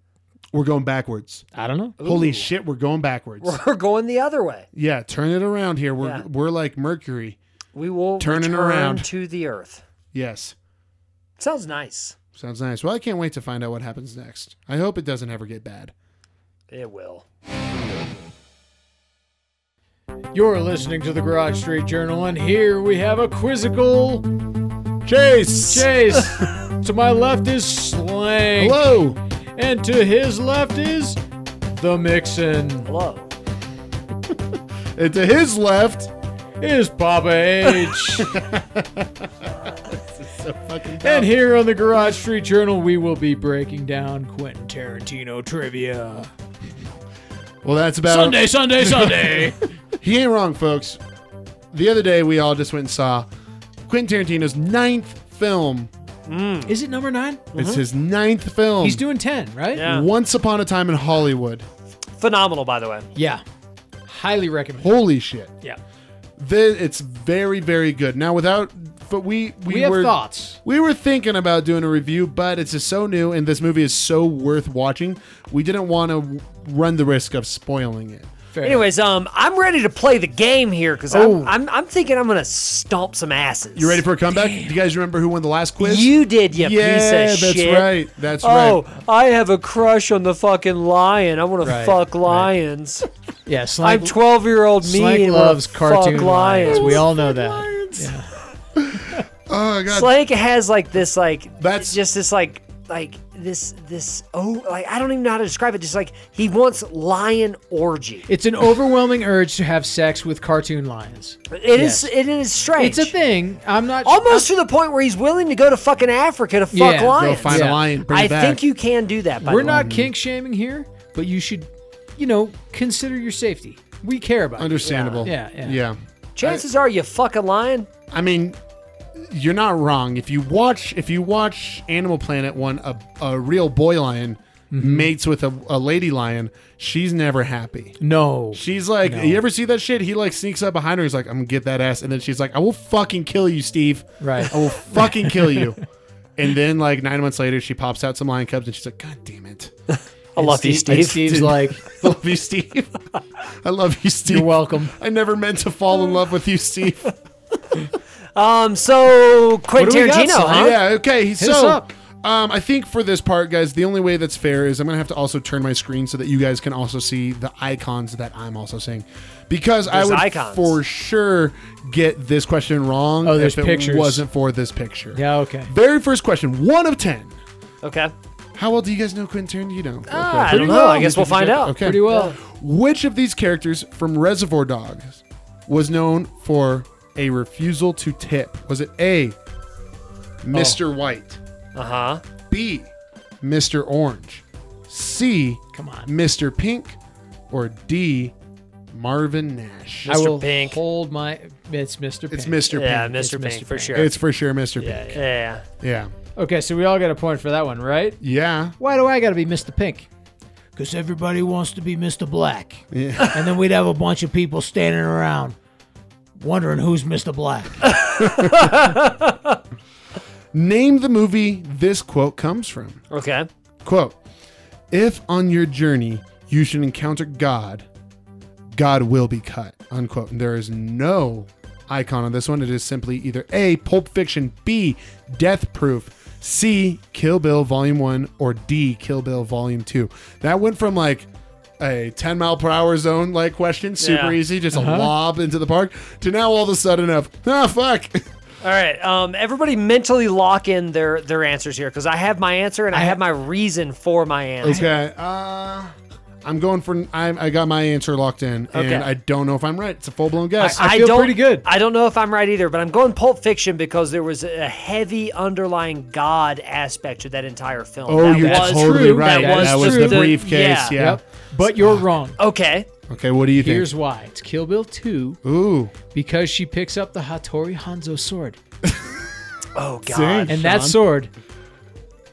We're going backwards.
I don't know.
Holy
Ooh.
shit, we're going backwards.
We're going the other way.
yeah, turn it around here. We're
Yeah.
we're like Mercury.
We will
Turning
return
around.
to the earth.
Yes.
Sounds nice.
Sounds nice. Well, I can't wait to find out what happens next. I hope it doesn't ever get bad.
It will.
You're listening to the Garage Street Journal, and here we have a quizzical
Chase.
chase. to my left is Slang.
Hello.
And to his left is the Mixin.
Hello.
And to his left.
Is Papa H.
So fucking
and here on the Garage Street Journal, we will be breaking down Quentin Tarantino trivia.
well, that's about
Sunday, Sunday, Sunday.
He ain't wrong, folks. The other day, we all just went and saw Quentin Tarantino's ninth film.
Is it number nine?
It's his ninth film.
Uh-huh. He's doing uh, ten, right?
Yeah.
Once Upon a Time in Hollywood.
Phenomenal, by the way.
Yeah. Highly recommend.
Holy shit.
Yeah.
Th- it's very, very good. Now, without, but we we,
We, have
were
thoughts.
we were thinking about doing a review, but it's just so new, and this movie is so worth watching. We didn't want to run the risk of spoiling it.
Fair.
Anyways, um, I'm ready to play the game here because
Oh.
I'm, I'm I'm thinking I'm gonna stomp some asses.
You ready for a comeback? Do you guys remember who won the last quiz?
You did, you
yeah,
piece of
that's
shit.
right. That's
Oh,
right.
I have a crush on the fucking lion. I want to
Right,
fuck
right.
lions.
Yeah, Slang,
I'm 12 year old me.
Slank
and wanna
loves
fuck
cartoon lions.
lions.
We all know that.
Oh god,
Slank has like this, like
That's-
just this, like like this this oh like I don't even know how to describe it. Just like he wants lion orgy.
It's an overwhelming urge to have sex with cartoon lions.
It
yes.
is it is strange.
It's a thing. I'm not
Almost to the point where he's willing to go to fucking Africa to fuck
Yeah. Go
go
lions.
find
Yeah.
a lion. Bring
I
it back.
think you can do that. By
We're
the way.
not kink shaming here, but you should, you know, consider your safety. We care about you.
Understandable.
Yeah, yeah.
Chances are you fuck a lion.
I mean, you're not wrong. If you watch, if you watch Animal Planet, one a, a real boy lion
Mm-hmm.
mates with a, a lady lion, she's never happy.
No.
She's like, you ever see that shit? He like sneaks up behind her. He's like, I'm gonna get that ass, and then she's like, I will fucking kill you, Steve.
Right.
I will fucking kill you. And then like nine months later, she pops out some lion cubs, and she's like, God damn it,
I love you,
And
Steve.
Steve's like,
I love you, Steve. I love you, Steve.
you're welcome.
I never meant to fall in love with you, Steve.
Um, so
What do
Quentin
we got,
Tarantino, huh?
Sly?
Yeah, okay. so,
us up.
Um, I think for this part, guys, the only way that's fair is I'm going to have to also turn my screen so that you guys can also see the icons that I'm also seeing. Because I
There's
would
icons.
for sure get this question wrong
Oh, there's
if it
pictures.
wasn't for this picture.
Yeah, okay.
Very first question, one of 10.
Okay.
How well do you guys know Quentin Tarantino?
Ah, I
Pretty
don't know. I guess we'll find out.
Okay.
Pretty well.
Which of these characters from Reservoir Dogs was known for a refusal to tip? Was it A, Mr.
Oh.
White?
Uh huh.
B, Mr. Orange, C,
Come on.
Mr. Pink, or D, Marvin Nash?
I
Mr.
will
Pink.
hold my. It's Mr. Pink.
It's Mr.
Yeah,
Pink.
Mr. Pink,
Mr.
for
Pink.
sure.
It's for sure Mr.
Yeah,
Pink.
yeah.
yeah.
Yeah.
Okay, so we all got a point for that one, right?
Yeah.
Why do I got to be Mr. Pink? Because everybody wants to be Mr. Black.
Yeah.
And then we'd have a bunch of people standing around wondering who's Mr. Black.
Name the movie this quote comes from.
Okay.
Quote If on your journey you should encounter God, God will be cut. Unquote. And there is no icon on this one. It is simply either A, Pulp Fiction, B, Death Proof, C, Kill Bill Volume 1, or D, Kill Bill Volume 2. That went from like a 10 mile per hour zone like question, super
Yeah.
easy, just a lob into the park, to now all of a sudden of, ah, fuck.
All right, um, everybody, mentally lock in their their answers here because I have my answer and I have my reason for my answer.
Okay. Uh, I'm going for. I, I got my answer locked in, and
Okay.
I don't know if I'm right. It's a full blown guess.
I- feel
don't,
pretty good.
I don't know if I'm right either, but I'm going Pulp Fiction because there was a heavy underlying God aspect to that entire film.
oh,
that
you're
was
totally
true.
right.
That was,
was
true.
the
yeah.
briefcase. Yeah.
Yep. But you're wrong.
Okay.
Okay. What do you think?
Here's why. It's Kill Bill 2
Ooh.
because she picks up the Hattori Hanzo sword.
Oh God.
And that sword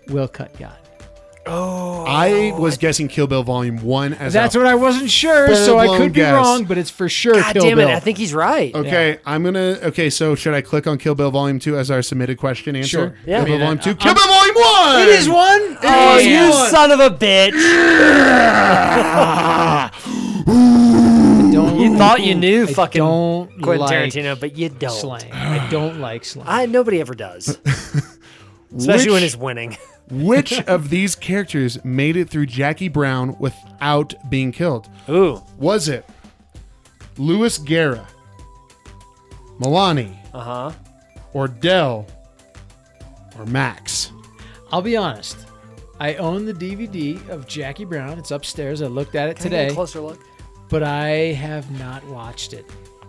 will cut God.
Oh,
I was guessing Kill Bill Volume One as
That's
a,
what I wasn't sure, so I
Full-blown
could be
guess.
wrong, but it's for sure
God
Kill
damn
Bill.
it! I think he's right.
Okay, I'm gonna. Okay, so should I click on Kill Bill Volume Two as our submitted question answer?
Sure.
Yeah. Uh,
Kill
I
Bill
mean,
Volume
I-
Two. Kill Bill Volume One.
It is one. It
Oh,
is
you
one.
son of a bitch!
Don't-
You thought you knew,
I
fucking
don't
Quentin
like
Tarantino, but you don't.
slang. I don't like slang.
I nobody ever does, especially
Which-
when it's winning.
Which of these characters made it through Jackie Brown without being killed?
Ooh,
Was it Louis Guerra, Milani,
uh huh.
or Dell, or Max?
I'll be honest. I own the DVD of Jackie Brown. It's upstairs. I looked at it today,
closer look.
but I have not watched it.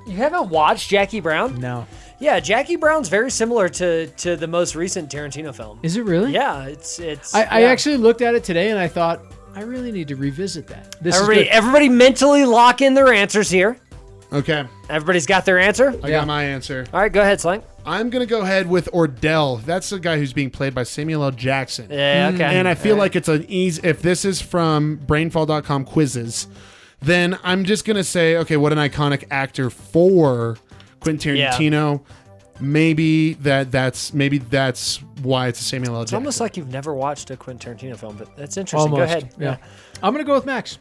You haven't watched Jackie Brown?
No.
Yeah, Jackie Brown's very similar to to the most recent Tarantino film.
Is it really?
Yeah, it's it's.
I, I
yeah.
actually looked at it today and I thought, I really need to revisit that. This
Everybody,
is good.
everybody, mentally lock in their answers here.
Okay,
Everybody's got their answer.
I
Yeah.
got my answer.
All right, go ahead, Slang.
I'm gonna go ahead with Ordell. That's the guy who's being played by Samuel L. Jackson.
Yeah, okay.
Mm,
And I feel like it's an easy. If this is from Brainfall.com quizzes, then I'm just gonna say, okay, what an iconic actor for Quentin
Yeah.
Tarantino. Maybe that that's maybe that's why it's a Samuel L.
It's
Jackson.
almost like you've never watched a Quentin Tarantino film, but that's interesting.
Almost.
Go ahead.
Yeah. I'm going to go with Max.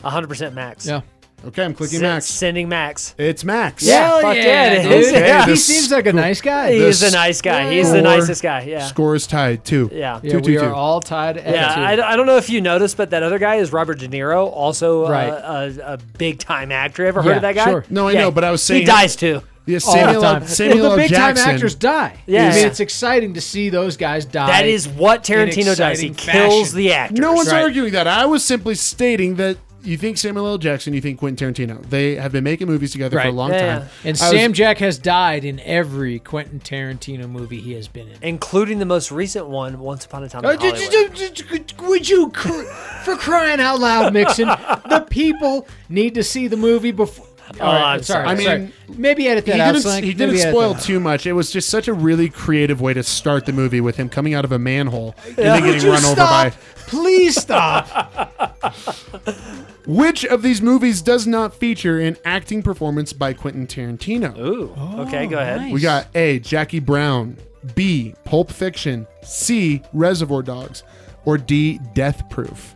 100% Max.
Yeah.
okay, I'm clicking
S-
Max.
Sending Max.
It's Max.
Yeah. Hell
Fuck
yeah, it
dude.
is.
Okay,
He
this-
seems like a nice guy.
This-
He's a nice guy. He's the
score-
nicest guy. Yeah.
Score is tied too.
Yeah.
yeah,
Two,
we
two,
are
two.
all tied at
Yeah,
two.
I, I don't know if you noticed, but that other guy is Robert De Niro, also uh,
Right.
a, a, big time actor. Ever
Yeah,
heard of that guy?
sure.
No, I know, but I was saying
he dies too.
Yeah,
all
Samuel,
the
L-
time.
Samuel
well, the
L.
big
Jackson.
time actors die.
Yeah.
I mean,
Yeah.
it's exciting to see those guys die.
That is what Tarantino does. He
exciting
kills
fashion.
the actors.
No one's
Right.
arguing that. I was simply stating that you think Samuel L. Jackson, you think Quentin Tarantino. They have been making movies together for a
Right.
long
Yeah,
time.
yeah.
And
I was-
Sam Jack has died in every Quentin Tarantino movie he has been in.
including the most recent one, Once Upon a Time in
Uh, d- d-
Hollywood.
d- d- d- Would you, cr- for crying out loud, Mixon? the people need to see the movie before. All right,
I'm sorry.
sorry. I
Oh, I
mean,
mean,
maybe edit that
He
out.
didn't,
Slank.
he didn't
Maybe edit
spoil
that out.
too much. It was just such a really creative way to start the movie with him coming out of a manhole and then
Would
getting
you
run over
stop?
by.
Please stop.
Which of these movies does not feature an acting performance by Quentin Tarantino?
Ooh. okay, go ahead.
We got A. Jackie Brown, B. Pulp Fiction, C. Reservoir Dogs, or D. Death Proof.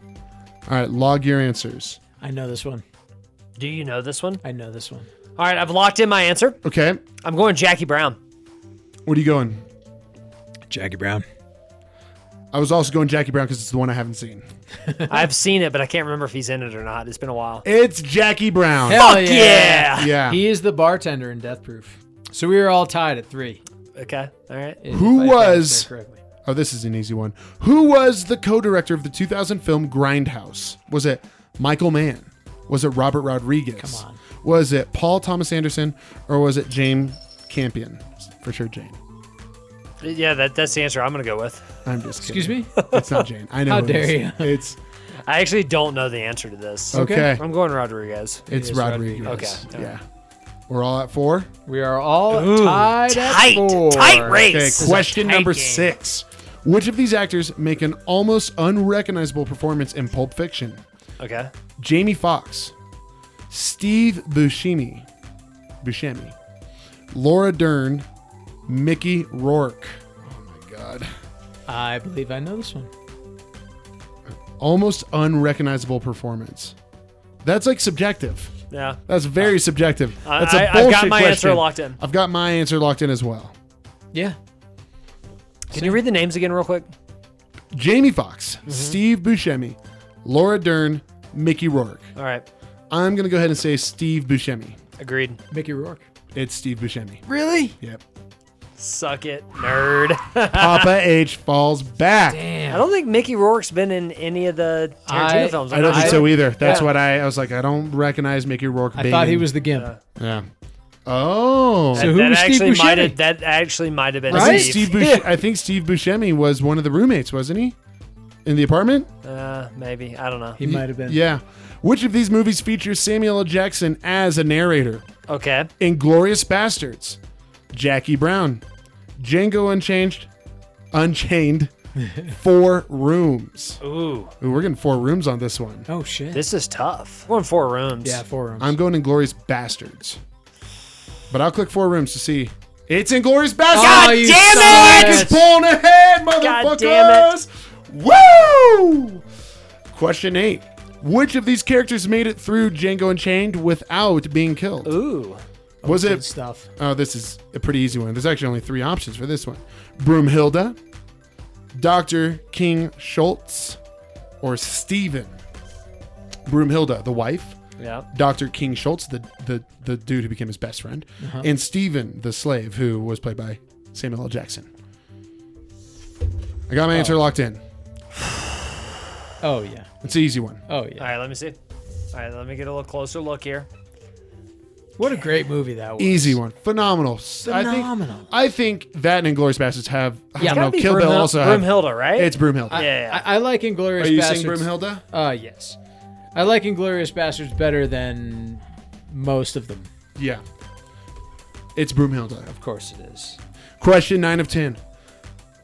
All right, log your answers.
I know this one.
Do you know this one?
I know this one.
All right, I've locked in my answer.
Okay,
I'm going Jackie Brown.
what are you going?
Jackie Brown.
I was also going Jackie Brown because it's the one I haven't seen.
I've seen it, but I can't remember if he's in it or not. It's been a while.
It's Jackie Brown.
Hell
Fuck yeah.
Yeah.
He is the bartender in Death Proof. So we are all tied at three.
Okay, all right.
if
Who
I pronounced
was-
that correctly.
Oh, this is an easy one. Who was the co-director of the 2000 film Grindhouse? Was it Michael Mann? Was it Robert Rodriguez?
Come on.
Was it Paul Thomas Anderson or was it James Campion? For sure, Jane.
Yeah, that, that's the answer I'm going to go with.
I'm just kidding.
Excuse me?
It's not Jane. I know.
How
who it is.
dare you.
It's
I actually don't know the answer to this.
okay.
I'm going Rodriguez.
It's
is
Rodriguez.
Rodriguez. Okay.
Yeah. We're all at four.
We are all
Ooh,
tied at
tight,
four.
tight
Okay,
race.
question
Tight
number
game.
six. Which of these actors make an almost unrecognizable performance in Pulp Fiction?
Okay.
Jamie Foxx, Steve Buscemi, Buscemi, Laura Dern, Mickey Rourke. Oh my God.
I believe I know this one.
almost unrecognizable performance. That's like subjective.
Yeah.
That's very subjective.
Uh, I-
That's a
I- I've got
bullshit
my answer
question.
locked in.
I've got my answer locked in as well.
Yeah.
Can you read the names again, real quick?
Jamie Foxx,
Mm-hmm.
Steve Buscemi, Laura Dern, Mickey Rourke.
All right.
I'm gonna go ahead and say Steve Buscemi.
Agreed.
Mickey Rourke.
It's Steve Buscemi.
Really?
Yep.
Suck it, nerd.
Papa H falls back.
I don't think Mickey Rourke's been in any of the Tarantino
I-
films.
I don't think
I-
so either. That's
Yeah.
what I, I was like. I don't recognize Mickey Rourke.
I
being
thought
in-
he was the gimp.
uh,
Yeah. Oh.
That,
who
that
was Steve
actually might
Buscemi?
have that actually might have been
I think
Steve.
Steve Busce- I think Steve Buscemi was one of the roommates, wasn't he? In the apartment?
Uh, maybe I don't know.
he might have been.
Yeah. Which of these movies features Samuel L. Jackson as a narrator?
Okay,
Inglorious Bastards, Jackie Brown, Django Unchanged, Unchained, Four Rooms.
ooh,
Ooh, we're getting four rooms on this one.
Oh shit.
this is tough. We're in four rooms.
yeah, four rooms.
I'm going Inglorious Bastards. But I'll click Four Rooms to see. It's Inglorious Bastards!
God
Oh, you
damn
son of
it!
a
It's pulling ahead,
Ah, God damn
motherfuckers! Woo! Question eight. Which of these characters made it through Django Unchained without being killed?
Ooh,
Was
Good
it?
stuff.
Oh, this is a pretty easy one. There's actually only three options for this one: Broomhilda, Doctor King Schultz, or Steven. Broomhilda, the wife.
yeah.
Dr. King Schultz, the, the, the dude who became his best friend,
Uh-huh.
and Steven, the slave, who was played by Samuel L. Jackson. I got my answer locked in.
Oh yeah.
It's an easy one.
Oh
All
yeah.
right, let me see. All right, let me get a little closer look here.
What a great movie that was.
Easy one. Phenomenal. S-
Phenomenal.
I think, I think that and Glorious Bastards have. I
Yeah,
don't know.
Gotta be
Kill Bill
Broomhil-
also have.
Broomhilda, right?
It's Broomhilda.
I,
Yeah.
I, I like Inglorious
Are you
Bastards.
saying Broomhilda?
Uh, yes. I like Inglorious Bastards better than most of them.
Yeah. It's Broomhilda.
Of course it is.
Question 9 of 10.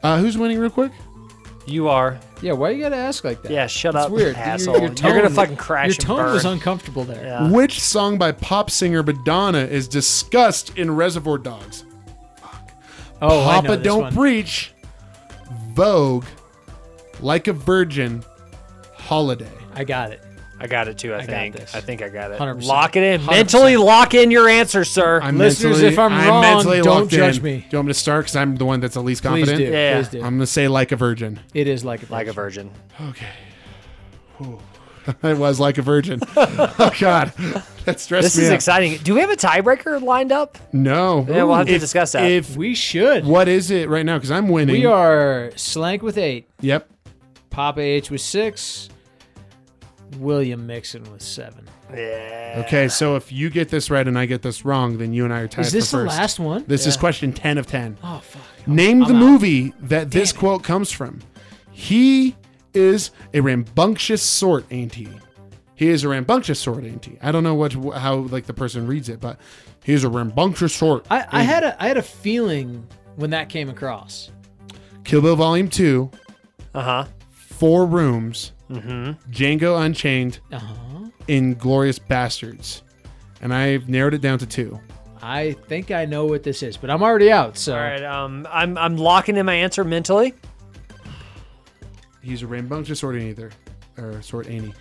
Uh, who's winning, real quick?
you are.
Yeah, why you gotta ask like that?
Yeah, shut
it's
up,
weird.
asshole.
Your, your
You're
tone,
gonna fucking crash
Your
and
tone was
burn.
uncomfortable there.
Yeah.
Which song by pop singer Madonna is discussed in Reservoir Dogs?
Oh, I know
Papa
this
Don't
one.
Preach, Vogue, Like a Virgin, Holiday.
I got it.
I got it too. I,
got
think.
this.
I think I got it.
100%.
Lock it in.
100%.
Mentally lock in your answer, sir.
I'm
Listeners,
mentally,
if I'm wrong,
mentally
don't
locked
judge
in.
me.
Do you want me to start? Because I'm the one that's the least
Please
confident.
do.
Yeah.
Please do.
I'm going to say Like a Virgin.
it is like a
like a
virgin.
virgin.
Okay. Whew. it was Like a Virgin. oh, God. That stressed
This
me
is
out.
exciting. Do we have a tiebreaker lined up?
No.
Yeah, we'll have to
If-
discuss that.
If
We should.
What is it right now? Because I'm winning.
We are Slank with eight.
Yep.
Papa H with six. William Mixon with seven.
yeah.
Okay, so if you get this right and I get this wrong, then you and I are tied
Is this
for
the
first.
last one?
This is question 10 of 10.
Oh fuck.
Name the
out.
movie that this quote comes from. He is a rambunctious sort, ain't he? He is a rambunctious sort, ain't he? I don't know what how like the person reads it, but he is a rambunctious sort.
I, I had a I had a feeling when that came across.
Kill Bill Volume Two,
Uh huh.
Four Rooms, Django Unchained,
Uh-huh.
Inglorious Bastards, and I've narrowed it down to two.
I think I know what this is, but I'm already out. So
All right. Um, I'm I'm locking in my answer mentally.
He's a rambunctious sort, ain't either, or sort, ain't he?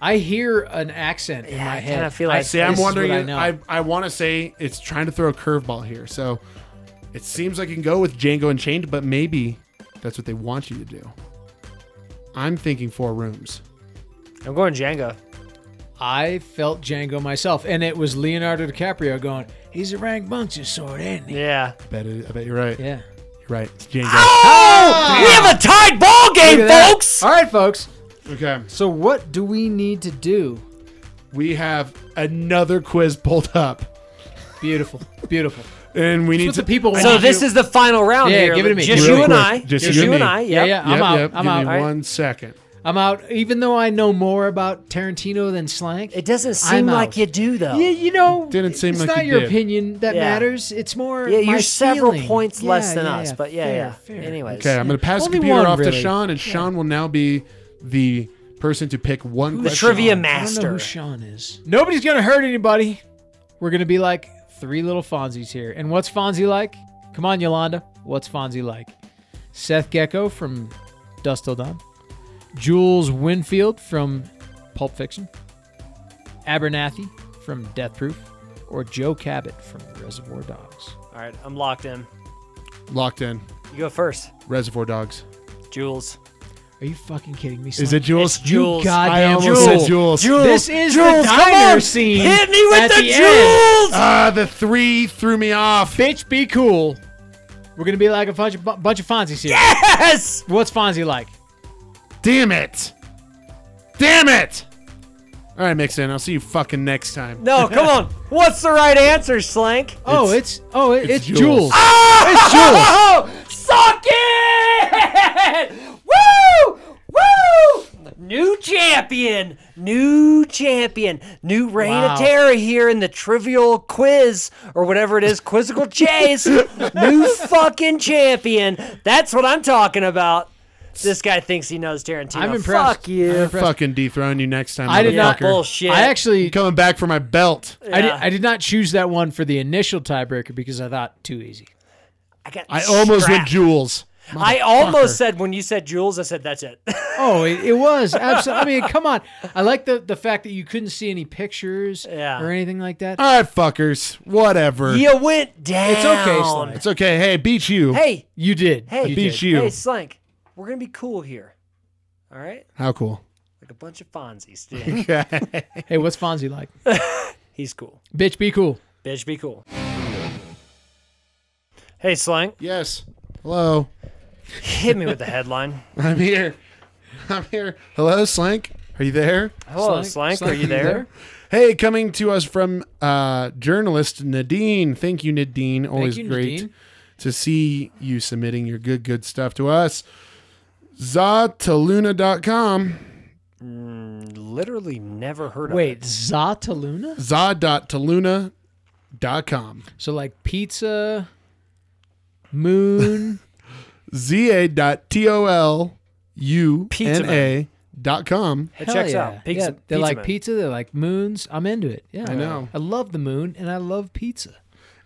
I hear an accent in my
I
head.
kinda feel like-
See, I'm
this is
wondering.
what
I
know.
I, want to say it's trying to throw a curveball here. So it seems like you can go with Django Unchained, but maybe that's what they want you to do. I'm thinking four rooms.
I'm going Django.
I felt Django myself, and it was Leonardo DiCaprio going, "He's a rambunctious sort, ain't he?"
Yeah.
I bet, it, I bet you're right.
Yeah. Ah!
You're right. It's Django.
Oh, we have a tied ball game,
Look at that.
folks.
All right, folks.
Okay.
So what do we need to do?
We have another quiz pulled up,
Beautiful, beautiful.
and we need
What
to
the people want.
So this is the final round
Yeah,
here.
give it to me.
Just
Real
you and
quick.
I.
Just
Just
you and
you and
me.
I.
yeah,
Yep.
yeah. I'm
Yep,
out.
yep.
I'm
Give
out.
me
All right.
one second.
I'm out. Even though I know more about Tarantino than Slank,
It doesn't seem
I'm
like
out.
you do though.
Yeah, you know,
Didn't seem
it's
like
not
you
your
did.
opinion that
Yeah.
matters. It's more
Yeah,
my
you're several
feeling.
points
Yeah,
less than
yeah,
us,
yeah.
but yeah,
Fair,
yeah.
fair.
Anyways,
Okay, I'm going to pass
Only
the computer
one,
off to
really.
Sean, and Sean will now be the person to pick one
the
question.
trivia
I don't know
master.
who Sean is. Nobody's gonna hurt anybody. We're gonna be like three little Fonzies here. And what's Fonzie like? Come on, Yolanda. What's Fonzie like? Seth Gecko from Dust Till Dawn. Jules Winfield from Pulp Fiction, Abernathy from Death Proof, or Joe Cabot from Reservoir Dogs.
All right, I'm locked in.
Locked in.
You go first,
Reservoir Dogs.
Jules.
Are you fucking kidding me? Son?
Is it Jules?
It's Jules.
You
I
goddamn
almost
Jules.
said Jules.
Jules.
This is
Jules,
the
come
diner
on.
scene.
Hit me with
at
the,
the end. Oh.
Jules.
Ah, the three threw me off.
Bitch, be cool. We're gonna be like a bunch of bu- bunch of Fonzies here.
yes.
What's Fonzie like?
Damn it. Damn it. All right, Mixon. I'll see you fucking next time.
No, come on. What's the right answer, Slank?
Oh, it's oh, it,
it's
it's,
Jules.
Jules.
Ah!
It's Jules.
Oh, suck it! Woo! Woo! New champion! New champion! New reign
Wow.
of terror here in the trivial quiz or whatever it is, quizzical chase. New fucking champion. That's what I'm talking about. This guy thinks he knows Tarantino.
I'm impressed.
Fuck you.
impressed.
Fucking dethrone you next time.
I did not-
motherfucker.
Bullshit.
I actually
Coming back for my belt.
I, did,
Yeah.
I did not choose that one for the initial tiebreaker because I thought too easy.
I, got
I almost went
strapped.
Jules.
I almost said when you said Jules, I said that's it.
Oh, it, it was absolutely. I mean, come on. I like the the fact that you couldn't see any pictures
Yeah.
or anything like that.
All right, fuckers. Whatever.
you went down.
It's okay, Slank.
It's okay. Hey, beat you.
Hey,
You did.
Hey,
you
beat
did.
you.
Hey, Slank, we're gonna be cool here. All right,
How cool.
like a bunch of Fonzies. dude.
Hey, what's Fonzie like?
He's cool.
Bitch, be cool.
Bitch, be cool. Hey, Slank,
Yes. Hello.
hit me with the headline.
I'm here. I'm here. Hello, Slank. Are you there?
Hello, Slank, are you there?
Hey, coming to us from uh, journalist Nadine. Thank you, Nadine. Always
you,
great
Nadine.
to see you submitting your good, good stuff to us. Zataluna.com.
Literally never heard of
Wait,
it.
Zataluna?
Za.taluna.com.
So like pizza, moon.
Z-A-T-O-L-U-N-A dot com.
It
Hell
checks
yeah.
out. Pizza,
yeah, they like
man.
pizza. They like moons. I'm into it. Yeah, I
know.
I love the moon and I love pizza.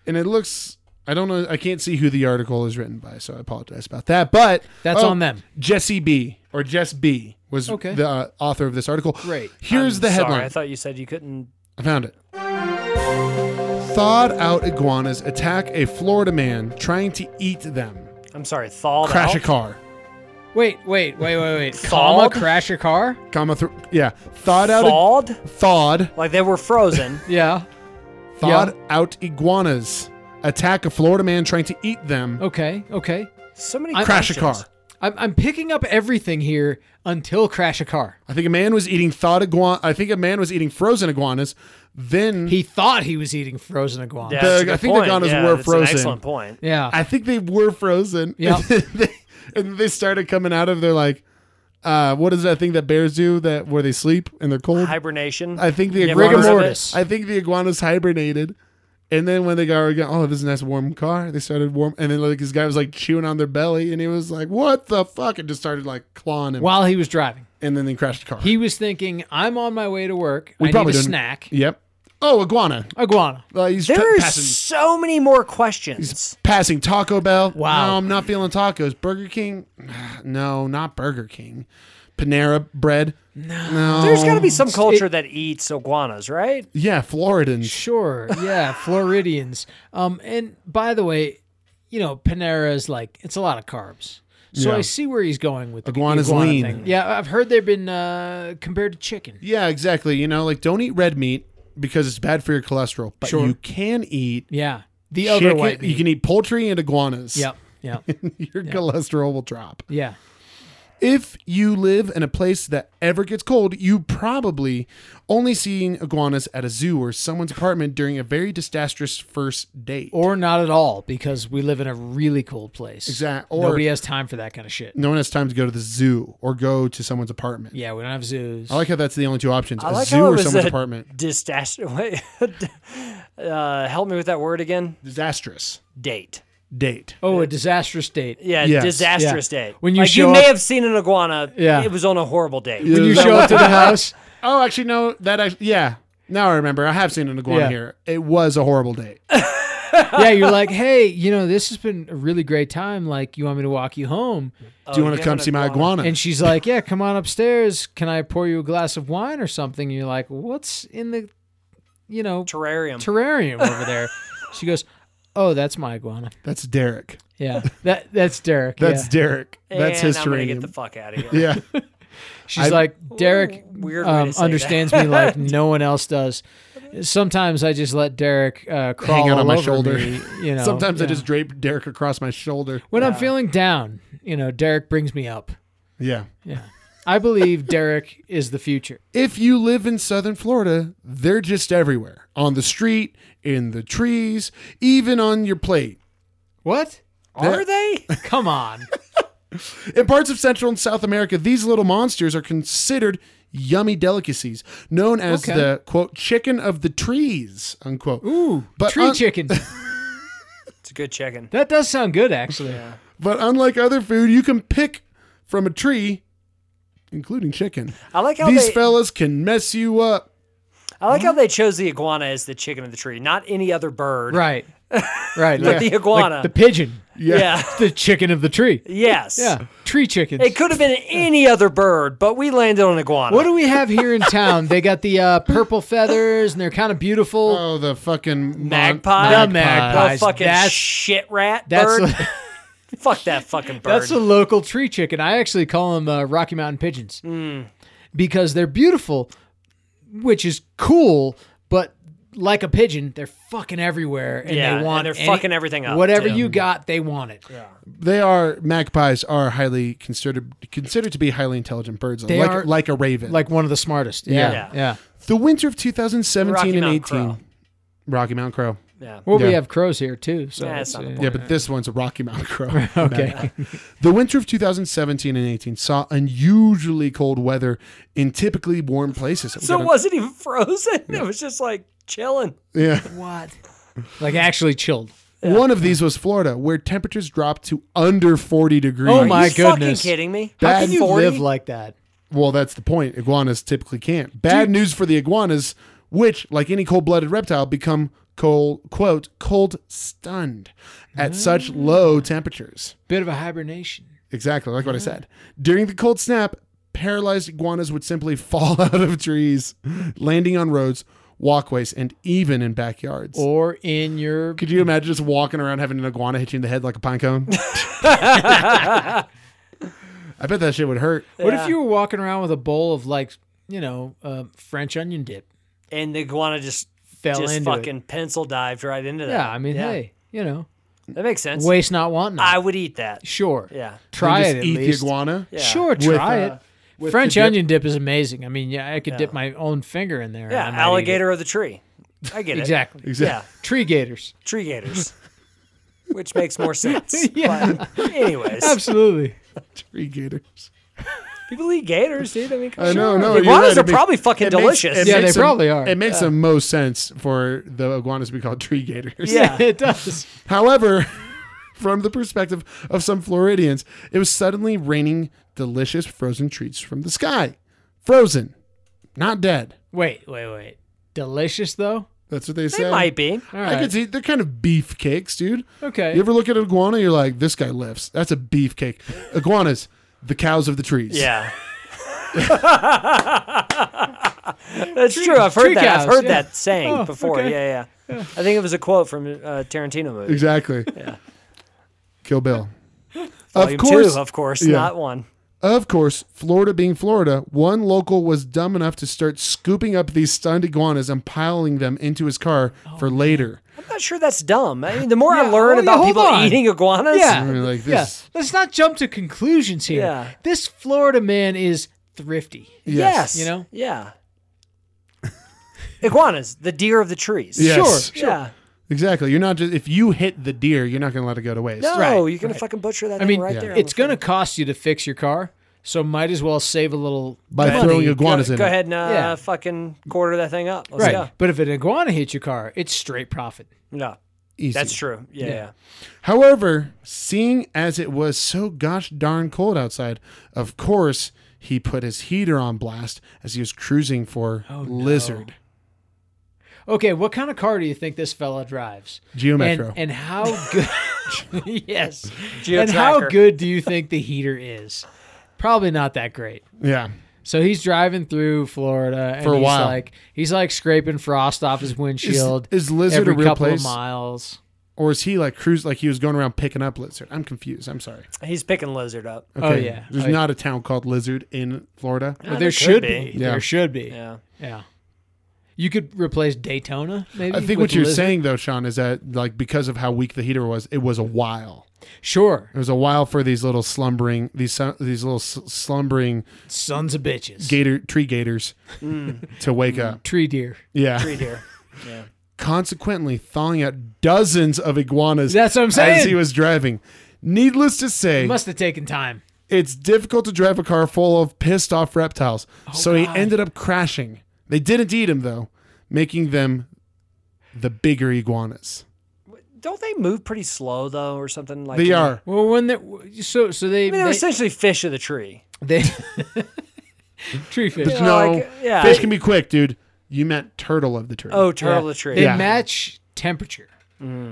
And it looks, I don't know, I can't see who the article is written by, so I apologize about that. But oh,
That's on them.
Jesse B. or Jess B. was
Okay.
the uh, author of this article.
Great.
Here's
I'm
the headline.
Sorry, I thought you said you couldn't.
I found it. Thawed out iguanas attack a Florida man trying to eat them.
I'm sorry. Thawed
Crash
out.
a car.
Wait, wait, wait, wait, wait. Comma,
Thawed?
crash your car?
Comma through. Yeah. Thawed out.
Thawed?
thawed.
Like they were frozen.
Yeah.
Thawed out iguanas attack a Florida man trying to eat them.
Okay, okay.
So many.
I-
Crash a car.
questions.
I'm, I'm picking up everything here until crash a car.
I think a man was eating thawed iguana. I think a man was eating frozen iguanas. Then
He thought he was eating frozen iguana.
Yeah, that's a
The- I
good
think the
point.
iguanas
yeah,
were
that's
frozen.
An excellent point.
Yeah.
I think they were frozen.
Yeah.
And then they, and then they started coming out of. They're like, uh, what is that thing that bears do that where they sleep and they're cold?
Hibernation.
I think the
You ever heard of it?
iguanas.
Rigor mortis.
I think the iguanas hibernated, and then when they got oh, this is a nice warm car. They started warm, and then like this guy was like chewing on their belly, and he was like, "What the fuck?" and just started like clawing him,
While he was driving,
and then they crashed the car.
he was thinking, I'm on my way to work.
We
I
probably
need a
didn't-
snack.
Yep. Oh, iguana.
Iguana.
Uh, he's
There
tra-
are
passing,
so many more questions.
passing Taco Bell.
Wow.
No, I'm not feeling tacos. Burger King. No, not Burger King. Panera bread. No.
There's got to be some culture that eats iguanas, right?
Yeah, Floridans.
Sure. Yeah. Floridians. Um, and by the way, you know, Panera's like, it's a lot of carbs. So
Yeah.
I see where he's going with the
Iguana's
iguana
lean.
thing. Yeah, I've heard they've been uh, compared to chicken.
Yeah, exactly. You know, like don't eat red meat because it's bad for your cholesterol, but
Sure.
you can eat
Yeah. The other
chicken-
white meat.
You can eat poultry and iguanas.
Yep. Yep.
Your cholesterol will drop.
yeah.
If you live in a place that ever gets cold, you probably only seen iguanas at a zoo or someone's apartment during a very disastrous first date.
Or not at all because we live in a really cold place.
Exact- or-
Nobody has time for that kind of shit.
no one has time to go to the zoo or go to someone's apartment.
Yeah, we don't have zoos.
I like how that's the only two options:
I
a
like
zoo
how it
or
was
someone's
a
apartment.
Disaster. Wait, uh, help me with that word again.
Disastrous
Date.
date.
oh, a disastrous date.
Yeah,
Yes.
disastrous
Yeah.
date.
When you
like,
show
you may
up-
have seen an iguana.
Yeah.
it was on a horrible date.
When you show up to the house,
Oh, actually, no. That actually, yeah. Now I remember. I have seen an iguana
Yeah.
Oh,
here. It was a horrible date.
yeah, you're like, hey, you know, this has been a really great time. Like, you want me to walk you home?
Uh,
Do you want to come see my iguana?
And she's like, yeah, come on upstairs. Can I pour you a glass of wine or something? And you're like, what's in the, you know,
Terrarium.
terrarium over there? she goes, oh, that's my iguana.
That's Derek.
Yeah, that that's Derek.
That's
yeah.
Derek. That's
and
his
I'm gonna get
terrarium.
the fuck out of here.
yeah.
She's
I-
like, Derek
Ooh, weird way to
um,
say that.
understands me like no one else does. Sometimes I just let Derek uh, crawl
Hang out
all
on my
over
shoulder.
me, you know,
Sometimes I
yeah.
just drape Derek across my shoulder.
when I'm feeling down, you know, Derek brings me up.
Yeah.
Yeah, I believe Derek is the future.
If you live in Southern Florida, they're just everywhere on the street, in the trees, even on your plate.
What?
Are they?
Come on.
In parts of Central and South America, these little monsters are considered yummy delicacies, known as
Okay.
the quote chicken of the trees unquote.
Ooh,
But
tree
un-
chicken.
It's a good chicken.
That does sound good, actually.
But unlike other food, you can pick from a tree, including chicken.
I like how
These
they.
fellas can mess you up.
I like how they chose the iguana as the chicken of the tree, not any other bird.
Right. Right.
But the iguana.
Like the pigeon.
Yeah.
yeah.
The chicken of the tree.
Yes.
Yeah. Tree chickens.
It could have been any other bird, but we landed on iguana.
What do we have here in town? They got the uh, purple feathers, and they're kind of
Uh,
beautiful.
Oh, the fucking mon-
magpie?
The
What
magpie.
a fucking
That's-
shit rat
that's
bird.
a,
Fuck that fucking bird.
that's a local tree chicken. I actually call them uh, Rocky Mountain pigeons
Hmm.
because they're beautiful, which is cool. But like a pigeon, they're fucking everywhere, and
Yeah,
they
and
want
they're
any-
fucking everything up,
Whatever
too.
you got, they want it.
They are magpies are highly considered considered to be highly intelligent birds.
They
like
are-
like a raven.
Like one of the smartest. Yeah, yeah.
Yeah.
the winter of
Rocky
2017 and
Mountain
18.
Crow.
Rocky Mountain Crow.
yeah.
Well, we
Yeah.
have crows here too. So
Yeah,
it's,
it's not
uh,
important.
Yeah, but this one's a Rocky Mountain Crow.
Okay.
The winter of 2017 and 18 saw unusually cold weather in typically warm places. We
So
got
it
a-
wasn't even frozen. It was just like chilling.
Yeah.
what? Like actually chilled.
One of these was Florida, where temperatures dropped to under 40 degrees.
Oh my
you
goodness.
Fucking kidding me?
How
Bad
can you
40?
live like that?
Well, that's the point. Iguanas typically can't. Bad news for the iguanas, which, like any cold-blooded reptile, become cold quote cold stunned at
Ah.
such low temperatures.
Bit of a hibernation.
Exactly, like what I said. During the cold snap, paralyzed iguanas would simply fall out of trees, landing on roads, walkways, and even in backyards.
Or in your
Could you imagine just walking around having an iguana hit you in the head like a pine cone? I bet that shit would hurt.
What
Yeah.
if you were walking around with a bowl of like, you know, uh, French onion dip?
And the iguana just
Fell
just
into it.
fucking pencil dived right into that.
Yeah, I mean, hey, you know,
that makes sense.
waste not wanting.
I would eat that.
sure.
Yeah.
Try
Just
it at
eat
least.
the iguana.
Yeah.
Sure,
With,
try
uh,
it.
with
French
the dip.
onion dip is amazing. I mean, yeah, I could dip my own finger in there. and
Yeah,
I might eat it.
alligator of the tree. I get it.
Exactly.
Yeah,
Exactly.
Tree gators.
tree gators, which makes more sense.
Yeah.
But anyways,
Absolutely.
Tree gators.
people eat gators, dude. I mean,
I know, no.
The
you're
iguanas
right.
are
It makes-
probably fucking
it makes-
delicious.
it
Yeah,
makes
they probably are.
It makes the most sense for the iguanas to be called tree gators.
Yeah.
it does.
However, from the perspective of some Floridians, it was suddenly raining delicious frozen treats from the sky. Frozen, not dead.
Wait, wait, wait. Delicious though.
That's what they
They
say.
might be.
All
I could
right.
see they're kind of beef cakes, dude.
Okay.
You ever look at an iguana, you're like, this guy lifts. That's a beefcake. Iguanas, the cows of the trees.
Yeah. That's true. I've
tree
heard that. I've
cows,
heard
yeah.
that saying
Oh,
before.
okay.
Yeah, yeah, I think it was a quote from uh, Tarantino movie.
Exactly.
Yeah.
Kill Bill.
Volume
of course.
two, of course,
Yeah.
not one.
Of course, Florida being Florida, one local was dumb enough to start scooping up these stunned iguanas and piling them into his car
Oh,
for later.
I'm not sure that's dumb. I mean, the more I
Yeah,
learn
oh, yeah,
about
hold
people
on.
eating iguanas,
Yeah.
I mean, like
Yeah.
this-
Let's not jump to conclusions here.
Yeah.
This Florida man is thrifty.
yes,
You know?
yeah. Iguanas, the deer of the trees.
Yes.
Sure.
Yeah.
Exactly. You're not just if you hit the deer, you're not going to let it go to waste.
No,
Right,
you're gonna fucking butcher that.
I
thing
mean,
right
Yeah.
there.
it's going to cost you to fix your car, so might as well save a little
By
money.
throwing
go,
iguanas in
go
it.
ahead and uh,
Yeah.
fucking quarter that thing up. Let's
Right,
go.
but if an iguana hits your car, it's straight profit.
No,
Easy.
that's true. Yeah, yeah.
However, seeing as it was so gosh darn cold outside, of course
Oh,
he put his heater on blast as he was cruising for lizard.
okay, what kind of car do you think this fella drives?
Geo
And-
Metro.
And, how good? yes.
Geo
and how
Tracker.
good do you think the heater is? Probably not that great.
yeah.
So he's driving through Florida and
For a
he's
while.
like he's like scraping frost off his windshield
is Lizard
every
a real
couple
place?
of miles.
Or is he like cruise like he was going around picking up lizard? I'm confused. I'm sorry.
He's picking lizard up.
Okay.
Oh, yeah.
There's
Oh, yeah.
not a town called Lizard in Florida.
But there,
Uh, there could
should be.
be.
Yeah.
There should be. Yeah.
Yeah.
You could replace Daytona maybe.
I
with
think what you're
Lizard.
saying though, Sean, is that like because of how weak the heater was, it was a while.
Sure.
It was a while for these little slumbering these sun- these little s- slumbering
Sons of bitches.
gator tree gators to wake up.
Mm. Tree deer.
Yeah.
Tree deer. Yeah.
consequently thawing out dozens of iguanas
That's what I'm saying.
as he was driving. Needless to say,
It must have taken time.
it's difficult to drive a car full of pissed off reptiles. so
Oh, God.
he ended up crashing. They didn't eat him though, making them the bigger iguanas.
Don't they move pretty slow though, or something like?
They
that?
are.
Well, when they so so they
I mean, they're
they,
essentially fish of the tree.
they tree fish.
Yeah,
no,
like, yeah.
fish can be quick, dude. You meant turtle of the turtle.
Oh, turtle
Yeah.
of the tree. Mm.
They
Yeah.
match temperature.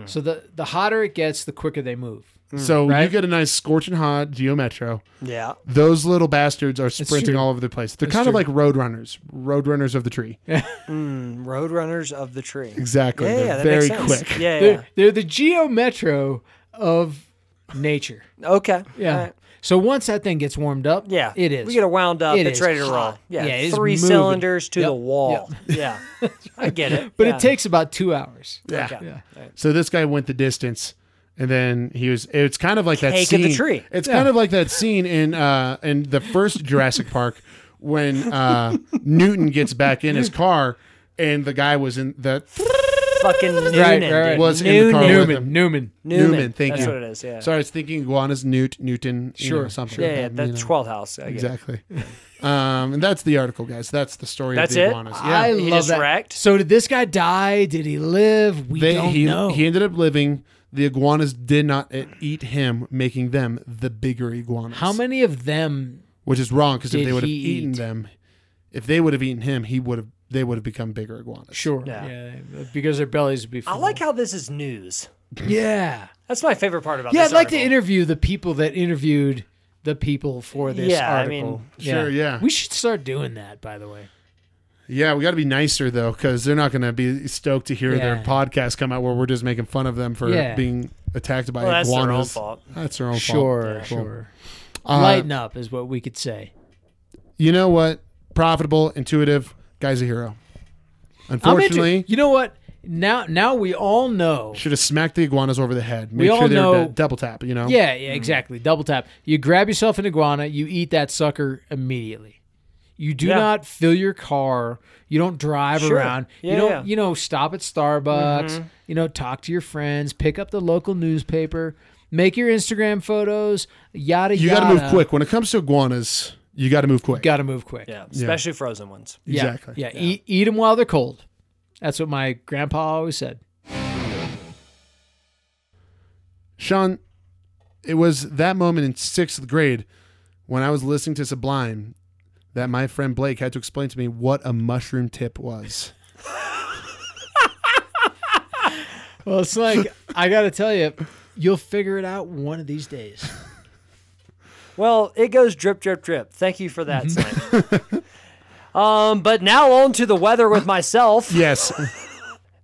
So the the hotter it gets, the quicker they move.
so you
right.
get a nice scorching hot Geo Metro.
Yeah.
Those little bastards are sprinting
true.
all over the place. They're kind of
true.
like road runners, road runners of the tree.
Roadrunners of the tree.
Exactly.
Yeah,
They're
yeah, that makes
very
sense. Yeah,
quick.
yeah.
They're, they're the Geo Metro of nature.
Okay.
Yeah.
All right.
So once that thing gets warmed up,
Yeah.
it is.
We get it wound up.
It
it's
is
ready to roll.
hot.
Yeah.
Yeah, it is
Three
moving.
cylinders to
Yep,
the wall. Yeah. I get it.
but
Yeah.
it takes about two hours.
Yeah.
Okay.
So this guy went the distance, and then he was. It's kind of like that
Cake of
scene.
the tree.
It's kind of like that scene in uh in the first Jurassic Park when uh Newton gets back in his car, and the guy was in the
Fucking Noonan.
right, right.
dude.
Was in the car
Noonan.
with
Newman. Newman.
Newman.
Newman. Thank
That's
you.
what it is. Yeah.
Sorry, I was thinking iguanas, Newt, Newton, you
Sure,
know, something.
Yeah,
like
yeah.
that, you
That's
uh,
know.
12th house. I get it.
Exactly. um, and that's the article, guys. That's the story
That's
of the
it?
iguanas. Yeah.
I
He
love
just
that.
wrecked?
So did this guy die? Did he live? We
they
don't
he,
know.
he ended up living. The iguanas did not e- eat him, making them the bigger iguanas.
How many of them?
which is wrong because if
Did
they would have
he
eaten
eat?
them, if they would have eaten him, he would have. They would have become bigger iguanas.
Sure.
Yeah.
because their bellies would be. Full.
I like how this is news.
Yeah.
That's my favorite part about
Yeah,
this.
I'd like to
article.
interview the people that interviewed the people for this
Yeah, I
article.
mean-
Sure, yeah.
We should start doing that, by the way.
Yeah, we got to be nicer though, because they're not going to be stoked to hear their
Yeah.
podcast come out where we're just making fun of them for
Yeah.
being attacked by
Well, that's
iguanas.
their own fault.
That's their own fault.
Sure,
Cool.
sure.
Uh,
Lighten up is what we could say.
You know what? Profitable, intuitive, guy's a hero.
I'm inter-
Unfortunately,
you know what? Now, now we all know.
should have smacked the iguanas over the head. Make
We
sure
all
they're
know-
d- double tap. You know.
Yeah, yeah, exactly. Double tap. You grab yourself an iguana. You eat that sucker immediately. You do
Yeah.
not fill your car. You don't drive
Sure.
around.
Yeah,
you don't.
yeah. Mm-hmm.
You know, stop at Starbucks. You know, talk to your friends. Pick up the local newspaper. Make your Instagram photos. Yada
You
yada.
got to move quick when it comes to iguanas. You got to move quick.
Got to move quick.
Yeah. Especially frozen ones.
Yeah,
Exactly.
Yeah. Eat, eat them while they're cold. That's what my grandpa always said.
Sean, it was that moment in sixth grade when I was listening to Sublime that my friend Blake had to explain to me what a mushroom tip was.
Well, it's like I got to tell you, you'll figure it out one of these days.
Well, it goes drip, drip, drip. Thank you for that, Simon.
Mm-hmm.
um, but now on to the weather with myself.
Yes.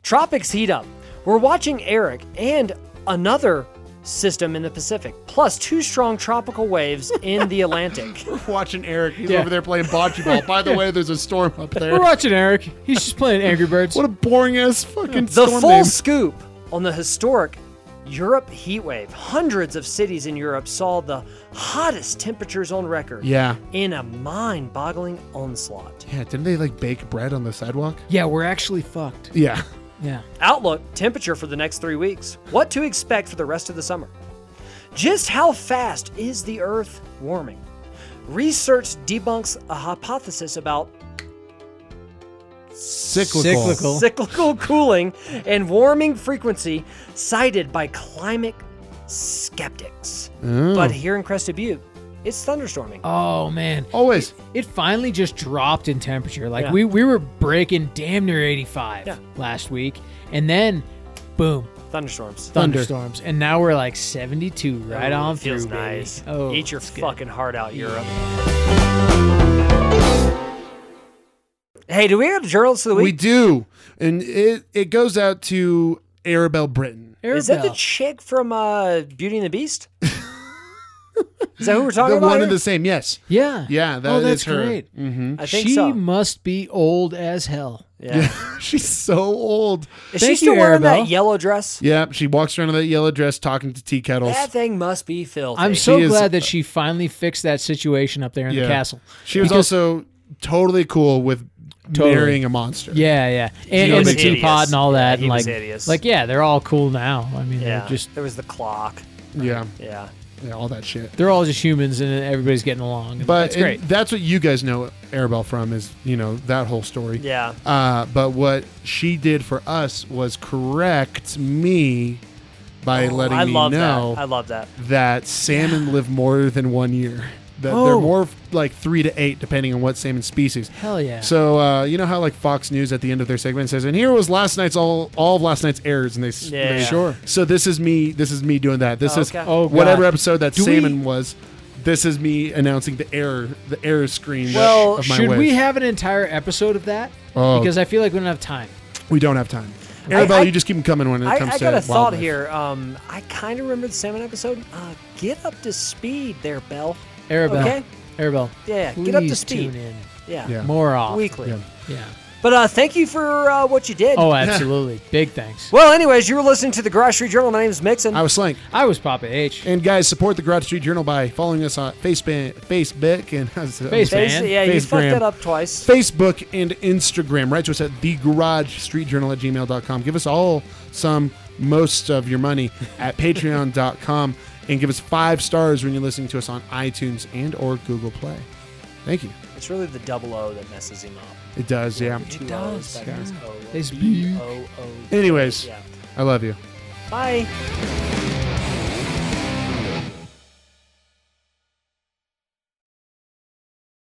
Tropics heat up. We're watching Eric and another system in the Pacific, plus two strong tropical waves in the Atlantic.
Watching Eric, he's
Yeah.
over there playing bocce ball. By the way, there's a storm up there.
We're watching Eric. He's just playing Angry Birds.
What a boring ass fucking
The
storm
full
name.
scoop on the historic Europe heat wave. Hundreds of cities in Europe saw the hottest temperatures on record
Yeah.
in a mind boggling onslaught.
Yeah, didn't they like bake bread on the sidewalk?
yeah, we're actually fucked.
Yeah.
Yeah.
Outlook temperature for the next three weeks. What to expect for the rest of the summer. Just how fast is the Earth warming? Research debunks a hypothesis about
Cyclical.
Cyclical.
cyclical cooling and warming frequency cited by climate skeptics.
Oh.
But here in Crested Butte, It's thunderstorming.
Oh man,
Always.
it finally just dropped in temperature. Like
Yeah.
we we were breaking damn near 85
Yeah.
last week, and then boom,
Thunderstorms.
Thunder.
thunderstorms, and now we're like 72 right
Ooh,
on
it feels
through. baby.
nice.
Oh,
Eat your
it's good.
fucking heart out, Europe. Hey, do we have the journals of the
We
week?
do. And it, it goes out to Arabelle Britton.
Is that the
Arabelle.
chick from uh, Beauty and the Beast? is that who we're talking
The
about?
one and
here?
the same, yes.
yeah
Yeah, that
oh,
is
that's
her. Mm.
great.
I think
She
so.
must be old as hell.
Yeah.
She's so old.
Is she
Thank
still
you,
wearing that
Arabelle.
yellow dress?
Yeah, she walks around in that yellow dress talking to tea kettles.
That thing must be filthy.
I'm so
is-
glad that she finally fixed that situation up there in
Yeah.
the castle.
She was
Because-
also totally cool with
Totally.
marrying a monster.
Yeah, yeah, and,
He
and
was
the
hideous.
teapot and all
Yeah,
that,
he
and
was
like,
hideous.
like yeah, they're all cool now. I mean,
yeah.
they're just
there was the clock.
yeah,
Yeah.
yeah, all that shit.
they're all just humans, and everybody's getting along. and
But
that's great.
and that's what you guys know Arabelle from is you know that whole story.
Yeah.
Uh, but what she did for us was correct me by letting
Oh, I
me
love
know
that. I love that.
that salmon live more than one year. That they're
Oh.
more like three to eight, depending on what salmon species.
Hell yeah.
So uh, you know how like Fox News at the end of their segment says, "And here was last night's all all of last night's errors," and they s-
Yeah.
they-
Sure.
So this is me. This is me doing that. This
Oh,
is
okay.
Oh, God.
whatever episode that
Do we-
salmon was. This is me announcing the error the error screen.
Well,
of my
Should we
wave.
have an entire episode of that?
Oh.
Because I feel like we don't have time.
We don't have time.
I-
Arabelle,
I-
you just keep them coming when it
I,
comes
I
to
got a thought
wildlife.
here. Um, I kind of remember the salmon episode. Uh, get up to speed there, Bell.
Arabelle.
Okay.
Arabelle.
Yeah,
Please
get up to speed.
Tune in
Yeah.
Yeah.
more often.
Weekly.
Yeah.
Yeah.
But uh, thank you for uh, what you did.
Oh, absolutely. Big thanks.
Well, anyways, you were listening to the Garage Street Journal. My name is Mixon.
I was slank.
I was Papa H.
And guys, support the Garage Street Journal by following us on Facebook, Facebook, and
Face-
Face-
man.
yeah, you fucked
Facegram.
that up twice.
Facebook and Instagram. Write to us at the garage street journal at gmail.com. Give us all some most of your money at patreon.com and give us five stars when you're listening to us on iTunes and or Google Play. Thank you.
It's really the double O that messes him up.
It does, yeah.
Two
does,
O's, that
yeah.
means O,
They speak.
B, O, O.
Anyways,
Yeah.
I love you.
Bye.